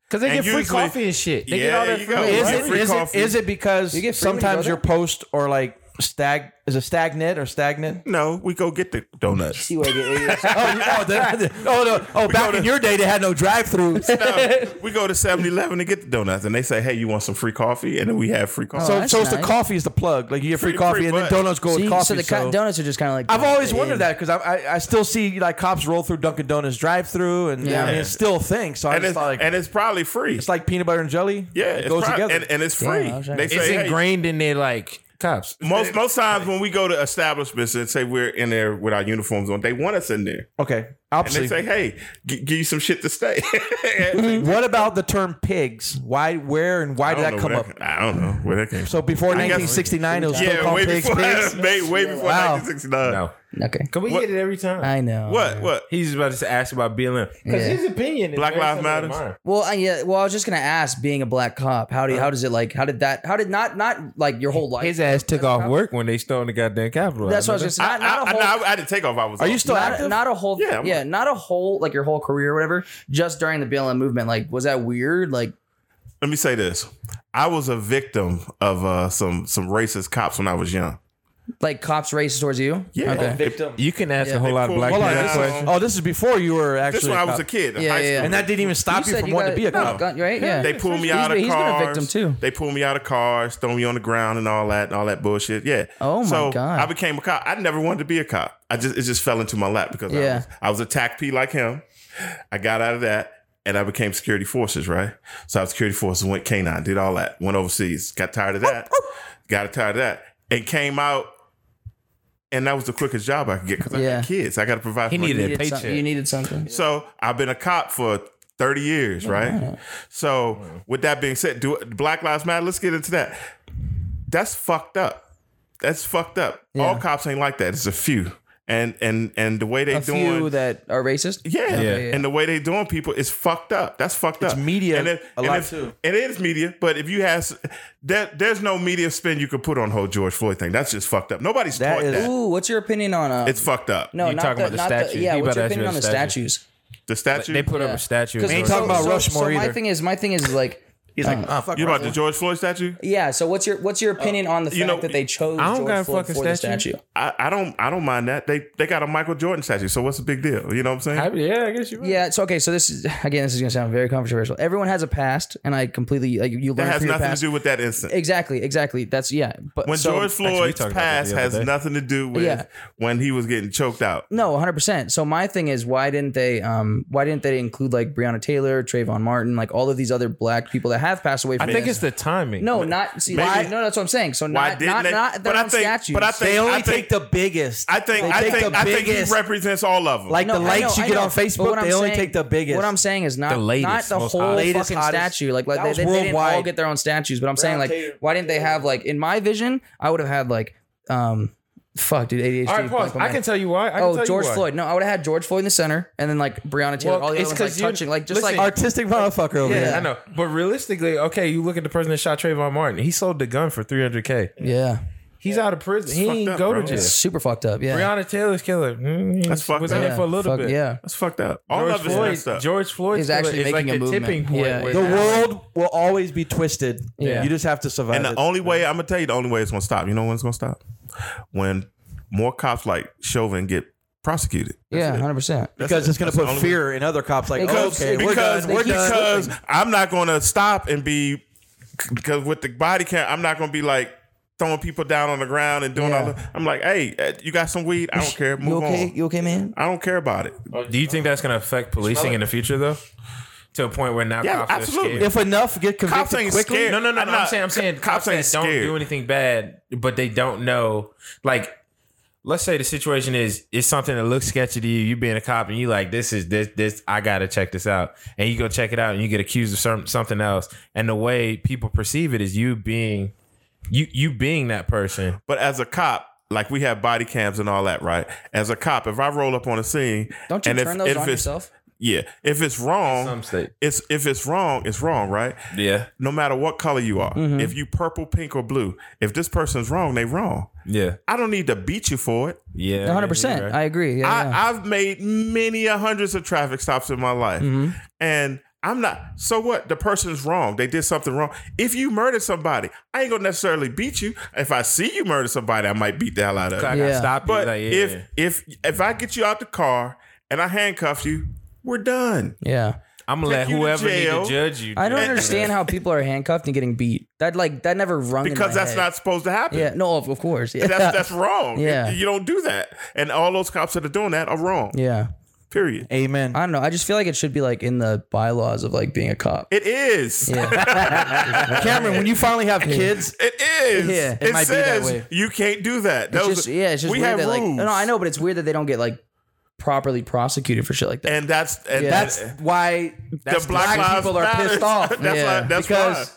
Because they And get free usually- coffee and shit. They get Yeah, all their you free. go, Is right? it, Free is, it, coffee. is it because You get free when you sometimes go your there? post or like stag is a stagnant or stagnant? No, we go get the donuts. See what I get. Oh, you- oh, the- oh, no. oh back to- in your day, they had no drive-throughs. No, we go to 7-Eleven to get the donuts, and they say, "Hey, you want some free coffee?" And then we have free coffee. So, Oh, that's so it's the nice. coffee is the plug. Like you get free Free- coffee, free and then bud. donuts go with See, coffee. so the so- cotton donuts are just kind of like I've always wondered Yeah. that because I, I I still see like cops roll through Dunkin' Donuts drive-through, and Yeah. I mean, it's still a thing. So I and just it's thought like and it's probably free. it's like peanut butter and jelly. yeah, it it's goes prob- together. and, and it's free. Damn, I was right. they It's say, hey, ingrained in their like cops. most most times when we go to establishments and say we're in there with our uniforms on, they want us in there, okay, and they obviously. say, "Hey, g- give you some shit to stay." Mm-hmm. what about the term pigs? Why, where, and why I did don't know that come where up? that- I don't know where that came. So before I guess- 1969, it was from. still yeah, called way pigs. before, pigs. way, way before Wow. 1969. No. Okay, Can we get it every time? I know. What? What? He's about to ask about BLM because Yeah. his opinion. Is Black very Lives similar to Matters? mine. Well, I, yeah. Well, I was just gonna ask. Being a black cop, how do you, Uh-huh. how does it like? How did that? How did not not like your whole life? His ass took off work when they stoned the goddamn Capitol. That's what I was Remember? just I, not, not I- a whole. I- I didn't take off. I was. Are you off. still not, active? not a whole Yeah, yeah, I'm- not a whole like your whole career or whatever just during the BLM movement like was that weird like Let me say this. I was a victim of uh, some some racist cops when I was young. like cops racist towards you Yeah. okay Victim. You can ask Yeah, a whole they lot of pulled- black Hold people that on, this- question. Oh, this is before you were This actually. when I was cop. a kid, in Yeah, high yeah, yeah. school. and that didn't even stop you, said from you wanting got- to be a no, cop. gun- right yeah They pulled me He's out of been- he's been a cars. victim, too. They pulled me out of cars, throw me on the ground, and all that, and all that bullshit. Yeah. Oh, my so God. I became a cop. I never wanted to be a cop. I just it just fell into my lap because I, Yeah. was, I was a TAC P like him. I got out of that. And I became security forces, right? So I was security forces, went canine, did all that, went overseas, got tired of that, got tired of that, and came out. And that was the quickest job I could get because I Yeah. had kids. I got to provide. He for my needed kids. You a needed some- paycheck. you needed something So I've been a cop for 30 years, right? So with that being said, do Black Lives Matter? Let's get into that. That's fucked up. That's fucked up. All cops ain't like that. It's a few. And and and the way they a doing few that are racist yeah. Yeah. And the way they doing people is fucked up. That's fucked up. media And it, a and lot it's- too. It is media, but if you have that there's no media spin you could put on whole George Floyd thing. That's just fucked up. Nobody's That taught is- that. ooh what's your opinion on uh It's fucked up. no You not talking the, about the not statue. the yeah He what's about your asked me opinion on the about the statue. statues The statue. They put up Yeah. a statue. 'Cause- ain't so- talking about so- Rushmore so my either. thing is my thing is like He's like, oh, fuck. you about Russell. the George Floyd statue? yeah so what's your what's your opinion on the fact you know, that they chose I don't George got a Floyd fucking for the statue. statue I, I don't I don't mind that. They they got a Michael Jordan statue, so what's the big deal? You know what I'm saying? I- yeah, I guess you. Right. Yeah, it's okay. So this is again, this is gonna sound very controversial. Everyone has a past, and I completely like you learn that has from your nothing to past. do with that incident. Exactly, exactly. That's yeah. But When so, George Floyd's talked about that past the other has day. nothing to do with Yeah. when he was getting choked out. no, hundred percent. So my thing is, why didn't they? Um, why didn't they include like Breonna Taylor, Trayvon Martin, like all of these other black people that have passed away? From I think it's the timing. no, not see. Why- no, that's what I'm saying. So Why not didn't not they- not but their I own think- statues. but I think- they only I think- take the biggest. I think They I take think the I think he biggest. represents all of them. like the No, I likes know, you I get know. on But what Facebook, I'm they only saying- take the biggest. What I'm saying is not The latest, not the most whole hottest. Latest, fucking hottest. statue. Like, That like was they, they didn't all worldwide. get their own statues. But I'm saying like, Taylor- why didn't they have like in my vision? I would have had like, um, fuck, dude, ADHD. All right, pause. black I man. can tell you why. I can tell Oh, you George why. Floyd. No, I would have had George Floyd in the center, and then like Breonna Taylor, Well, all the other it's ones 'cause like you- touching, like just listen, like artistic motherfucker over Yeah. here. I know, but realistically, okay, you look at the person that shot Trayvon Martin. He sold the gun for 300k. yeah, He's out of prison. He fucked ain't up, go bro. to jail. It's super fucked up. Yeah, Breonna Taylor's killer. mm, That's fucked was up. in there for a little Fuck, bit. yeah. That's fucked up. All George of it's Floyd. messed up. George Floyd's He's actually killer is making a like the movement. tipping point. Yeah. where The now- world will always be twisted. Yeah. You just have to survive. and the it. only way I'm gonna tell you the only way it's gonna stop. You know when it's gonna stop? When more cops like Chauvin get prosecuted. yeah, hundred percent. because it's going That's to the put only way. fear in other cops. Like, Because- okay, we're because done. We're keep done. because I'm not going to stop and be because with the body count, I'm not going to be like throwing people down on the ground and doing Yeah. all. The, I'm like, hey, uh, you got some weed? I don't care. You Move okay? on. You okay, man? I don't care about it. Do you think that's going to affect policing in the future, though? To a point where now Yeah, cops absolutely. are scared. If enough get Cops convicted ain't quickly, scared. No, no, no, I'm no. not- I'm saying, I'm saying cops cops, ain't that don't scared. do anything bad, but they don't know. Like, let's say the situation is it's something that looks sketchy to you. You being a cop and you like this is this this I gotta check this out, and you go check it out and you get accused of some, something else, and the way people perceive it is you being you you being that person. But as a cop, like we have body cams and all that, right? As a cop, if I roll up on a scene, Don't you and turn those on it's- yourself? Yeah, if it's wrong, state. it's if it's wrong, it's wrong, right? Yeah, No matter what color you are, if you purple, pink, or blue, if this person's wrong, they wrong. yeah, I don't need to beat you for it. yeah. One hundred percent. I agree. Yeah, yeah. I, I've made many a hundreds of traffic stops in my life, and I'm not. So what? The person's wrong. They did something wrong. If you murdered somebody, I ain't gonna necessarily beat you. If I see you murder somebody, I might beat the hell out of you. I Yeah. gotta stop you. But like, yeah. if if if I get you out the car and I handcuff you, we're done. Yeah. I'm gonna let take you to whoever need jail. to judge you. I don't judge you. understand how people are handcuffed and getting beat. That like that never rung in my Because that's head. not supposed to happen. Yeah, no, of, of course. Yeah. That's that's wrong. Yeah. You don't do that. And all those cops that are doing that are wrong. yeah. Period. Amen. I don't know. I just feel like it should be like in the bylaws of like being a cop. It is. Yeah. Cameron, when you finally have kids, It is. Yeah, it it might be that says way. you can't do that. it's Those- just yeah, it's just we weird have that like rules. no, I know, but it's weird that they don't get like properly prosecuted for shit like that. And that's and Yeah. that's why the black, lives people are Matter. pissed off. that's Yeah. why. That's because why.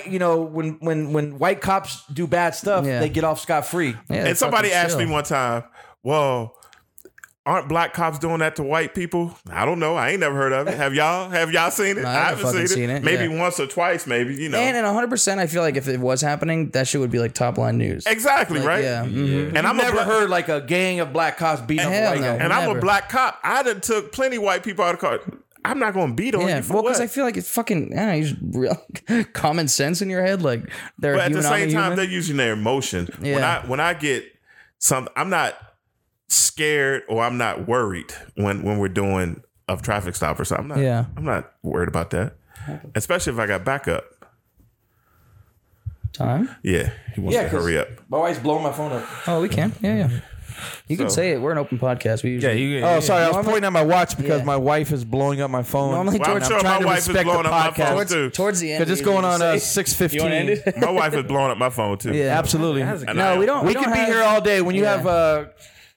white, you know, when when when white cops do bad stuff, Yeah. they get off scot free. Yeah, And somebody fucking asked me chill. one time, "Well, aren't black cops doing that to white people?" I don't know. I ain't never heard of it. Have y'all? Have y'all seen it? No, I haven't fucking seen it. Maybe Yeah. once or twice. Maybe you know. And and 100%, I feel like if it was happening, that shit would be like top line news. exactly Like, right. Yeah. mhm. And I'm never a black, heard like a gang of black cops beating up a Hell white no. guy. And I'm Never. a black cop. I done took plenty white people out of car. I'm not going to beat on Yeah, you for well, what. because I feel like it's fucking. I don't know, you should real common sense in your head. Like they're but at human. the I'm a same time, human. they're using their emotion. When Yeah. I when I get something, I'm not scared or I'm not worried when when we're doing a traffic stop or something. I'm not, Yeah. I'm not worried about that, especially if I got backup. time. Yeah, he wants Yeah, to 'cause- hurry up. My wife's blowing my phone up. Oh, we can. Yeah, yeah. You can So- say it. We're an open podcast. We Yeah, usually, you. Oh, yeah. sorry, I was pointing at my watch because Yeah. my wife is blowing up my phone. Normally- Well, I'm Jordan, sure I'm trying my to wife is respect the blowing up my phone podcast. too. towards the end. because it's we going on usually uh, say- six You wanna end fifteen. it? My wife is blowing up my phone too. Yeah. Absolutely, And I- No, we don't. we don't could be have- here all day. When you Yeah. have uh,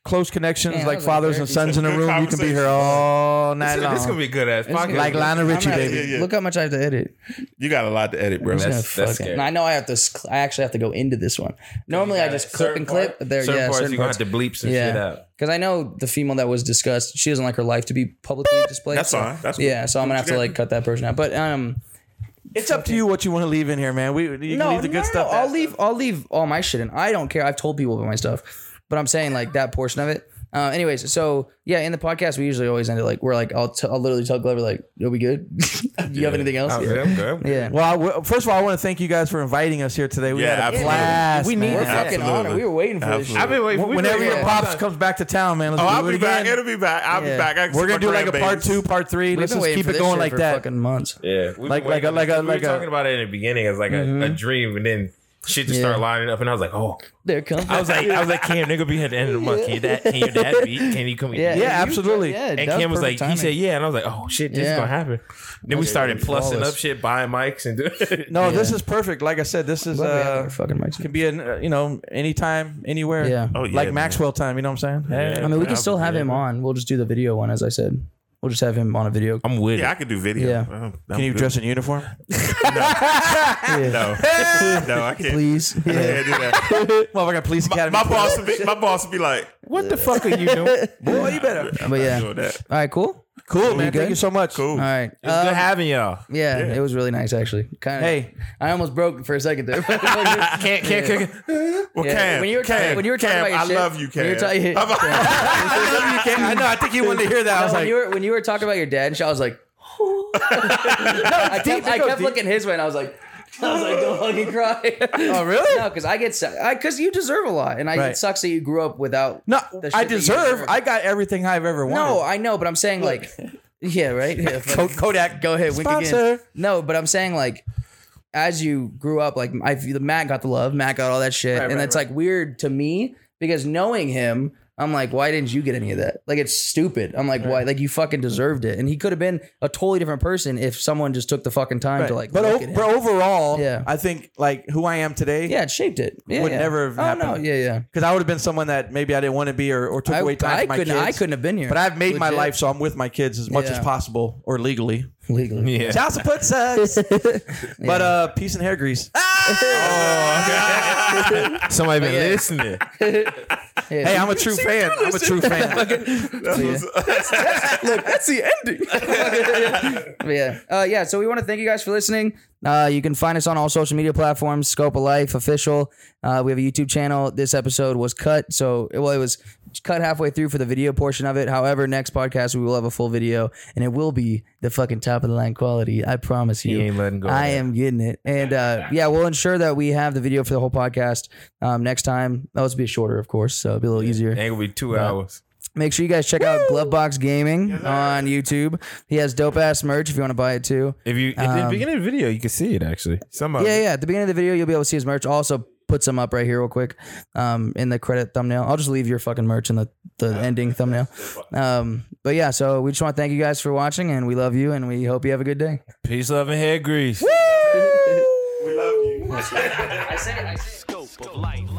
close connections Yeah, that like was a fathers very and sons in a decent- good room, you can be here conversation. all night This is gonna long. be a good ass It's podcast. Like gonna- Lionel I'm Richie, not- baby. Yeah, yeah. Look how much I have to edit. You got a lot to edit, bro. It's That's- gonna that's fucking- scary. and I know I have to. sc- I actually have to go into this one. Normally, I just clip and clip. There, certain yeah, parts certain you gonna parts. have to bleep some shit Yeah, out. because I know the female that was discussed. She doesn't like her life to be publicly displayed. That's so- fine. That's yeah, so I'm gonna have to good. like cut that person out. But um, It's up to you what you want to leave in here, man. We you can leave the good stuff. I'll that leave. I'll leave all my shit in. I don't care. I've told people about my stuff, but I'm saying like that portion of it. Uh, anyways, so yeah, in the podcast we usually always end it like we're like I'll t- I'll literally tell Glover like, "Are we good? Do you have anything else?" I'm Yeah. good, Oh, I'm good, I'm good. Yeah. Well, I w- first of all, I want to thank you guys for inviting us here today. We Yeah, had a absolutely. blast. we man. need. We're Absolutely. fucking on it. We were waiting for Absolutely. I've been waiting. we've Whenever been your waiting. pops comes back to town, man, let's Oh, do I'll it be again. back. It'll be back. I'll Yeah. be back. I can We're see gonna my do like a part grandbabies. two, part three. We've Let's been just waiting keep for it this going shit like for that. Fucking months. Yeah, we've been Like- like waiting. a- like a- we like a- Mm-hmm. were talking about it in the beginning as like a, a dream, and then shit just started lining up, and I was like, oh, There comes. I was like, I was like, Cam, nigga, be at the end of the month. Can you that? Can you that beat? Can you come? yeah, Yeah, you- absolutely. Yeah, And that Cam was like, perfect he timing. said, yeah, and I was like, oh shit, this Yeah. is gonna happen. Then we started plussing flawless. up shit, buying mics, and doing. No, this is perfect. Like I said, this is Glad we have uh, our fucking mics. can be in uh, you know anytime, anywhere. Yeah. Oh, yeah, like man. Maxwell time. You know what I'm saying? I mean, we can still have him on. We'll just do the video one, as I said. We'll just have him on a video. I'm with Yeah, it. I could do video. Yeah. Um, I'm Can you good. dress in uniform? No, no, I can't. Please. Yeah. I can't do that. Motherfucker, police academy. My boss, would be, my boss would be like, What the fuck are you doing? It's boy, you better. But yeah. doing that. All right. Cool. Cool, man. good? Thank you so much. Cool. All right. good Um, having y'all. Yeah, it was really nice actually. Kind of. Hey. I almost broke for a second there. Can't can't cook. Well, Yeah, Cam, when you were Cam, talking- when you were talking Cam, about your I shit, love you, when Cam. you were talking- I'm like, I love you, Cam. I know. I think you wanted to hear that. I was when like, you were when you were talking about your dad and shit, I was like, I kept, I kept looking his way, and I was like, I was like, don't fucking cry. oh, really? no, because I get su- I because you deserve a lot, and I Right. it sucks that you grew up without. No, the shit I that you deserve. I got everything I've ever wanted. no, I know, but I'm saying like, yeah, right. Yeah, Co- "Oh, Kodak, go ahead, wink again. Sponsor. No, but I'm saying like, as you grew up, like I the Matt got the love, Matt got all that shit, and right, it's like weird to me because knowing him, I'm like, why didn't you get any of that? Like it's stupid. I'm like, why? Like you fucking deserved it, and he could have been a totally different person if someone just took the fucking time to like. but, oh, look o- at him. but overall, Yeah. I think like who I am today, yeah, it shaped it. Yeah, Would yeah. never have oh, happened. No, yeah, yeah. because I would have been someone that maybe I didn't want to be or, or took I, away time I from my couldn't. kids. I couldn't have been here. But I've made my Legit. life so I'm with my kids as much Yeah. as possible or legally. legally. Yeah. Child support sucks. But uh, peace and hair grease. Somebody been listening. Hey, I'm a true fan. I'm a true fan. That's the ending. yeah. Uh, yeah. So we want to thank you guys for listening. Uh, you can find us on all social media platforms, Scope of Life official. Uh, we have a YouTube channel. This episode was cut, so well, it was cut halfway through for the video portion of it. However, next podcast we will have a full video, and it will be the fucking top of the line quality. I promise you. ain't letting go of I that. am getting it, and uh, yeah, we'll ensure that we have the video for the whole podcast um, next time. That'll just be shorter, of course, so it'll be a little easier. Ain't gonna be two hours. Make sure you guys check out Glovebox Gaming on YouTube. He has dope ass merch if you want to buy it too. If you at Um, the beginning of the video, you can see it actually. Some of Yeah, it. yeah. At the beginning of the video, you'll be able to see his merch. I'll Also, put some up right here, real quick, um, in the credit thumbnail. I'll just leave your fucking merch in the the ending thumbnail. Um, but yeah, so we just want to thank you guys for watching, and we love you, and we hope you have a good day. Peace, love, and hair grease. scope of life.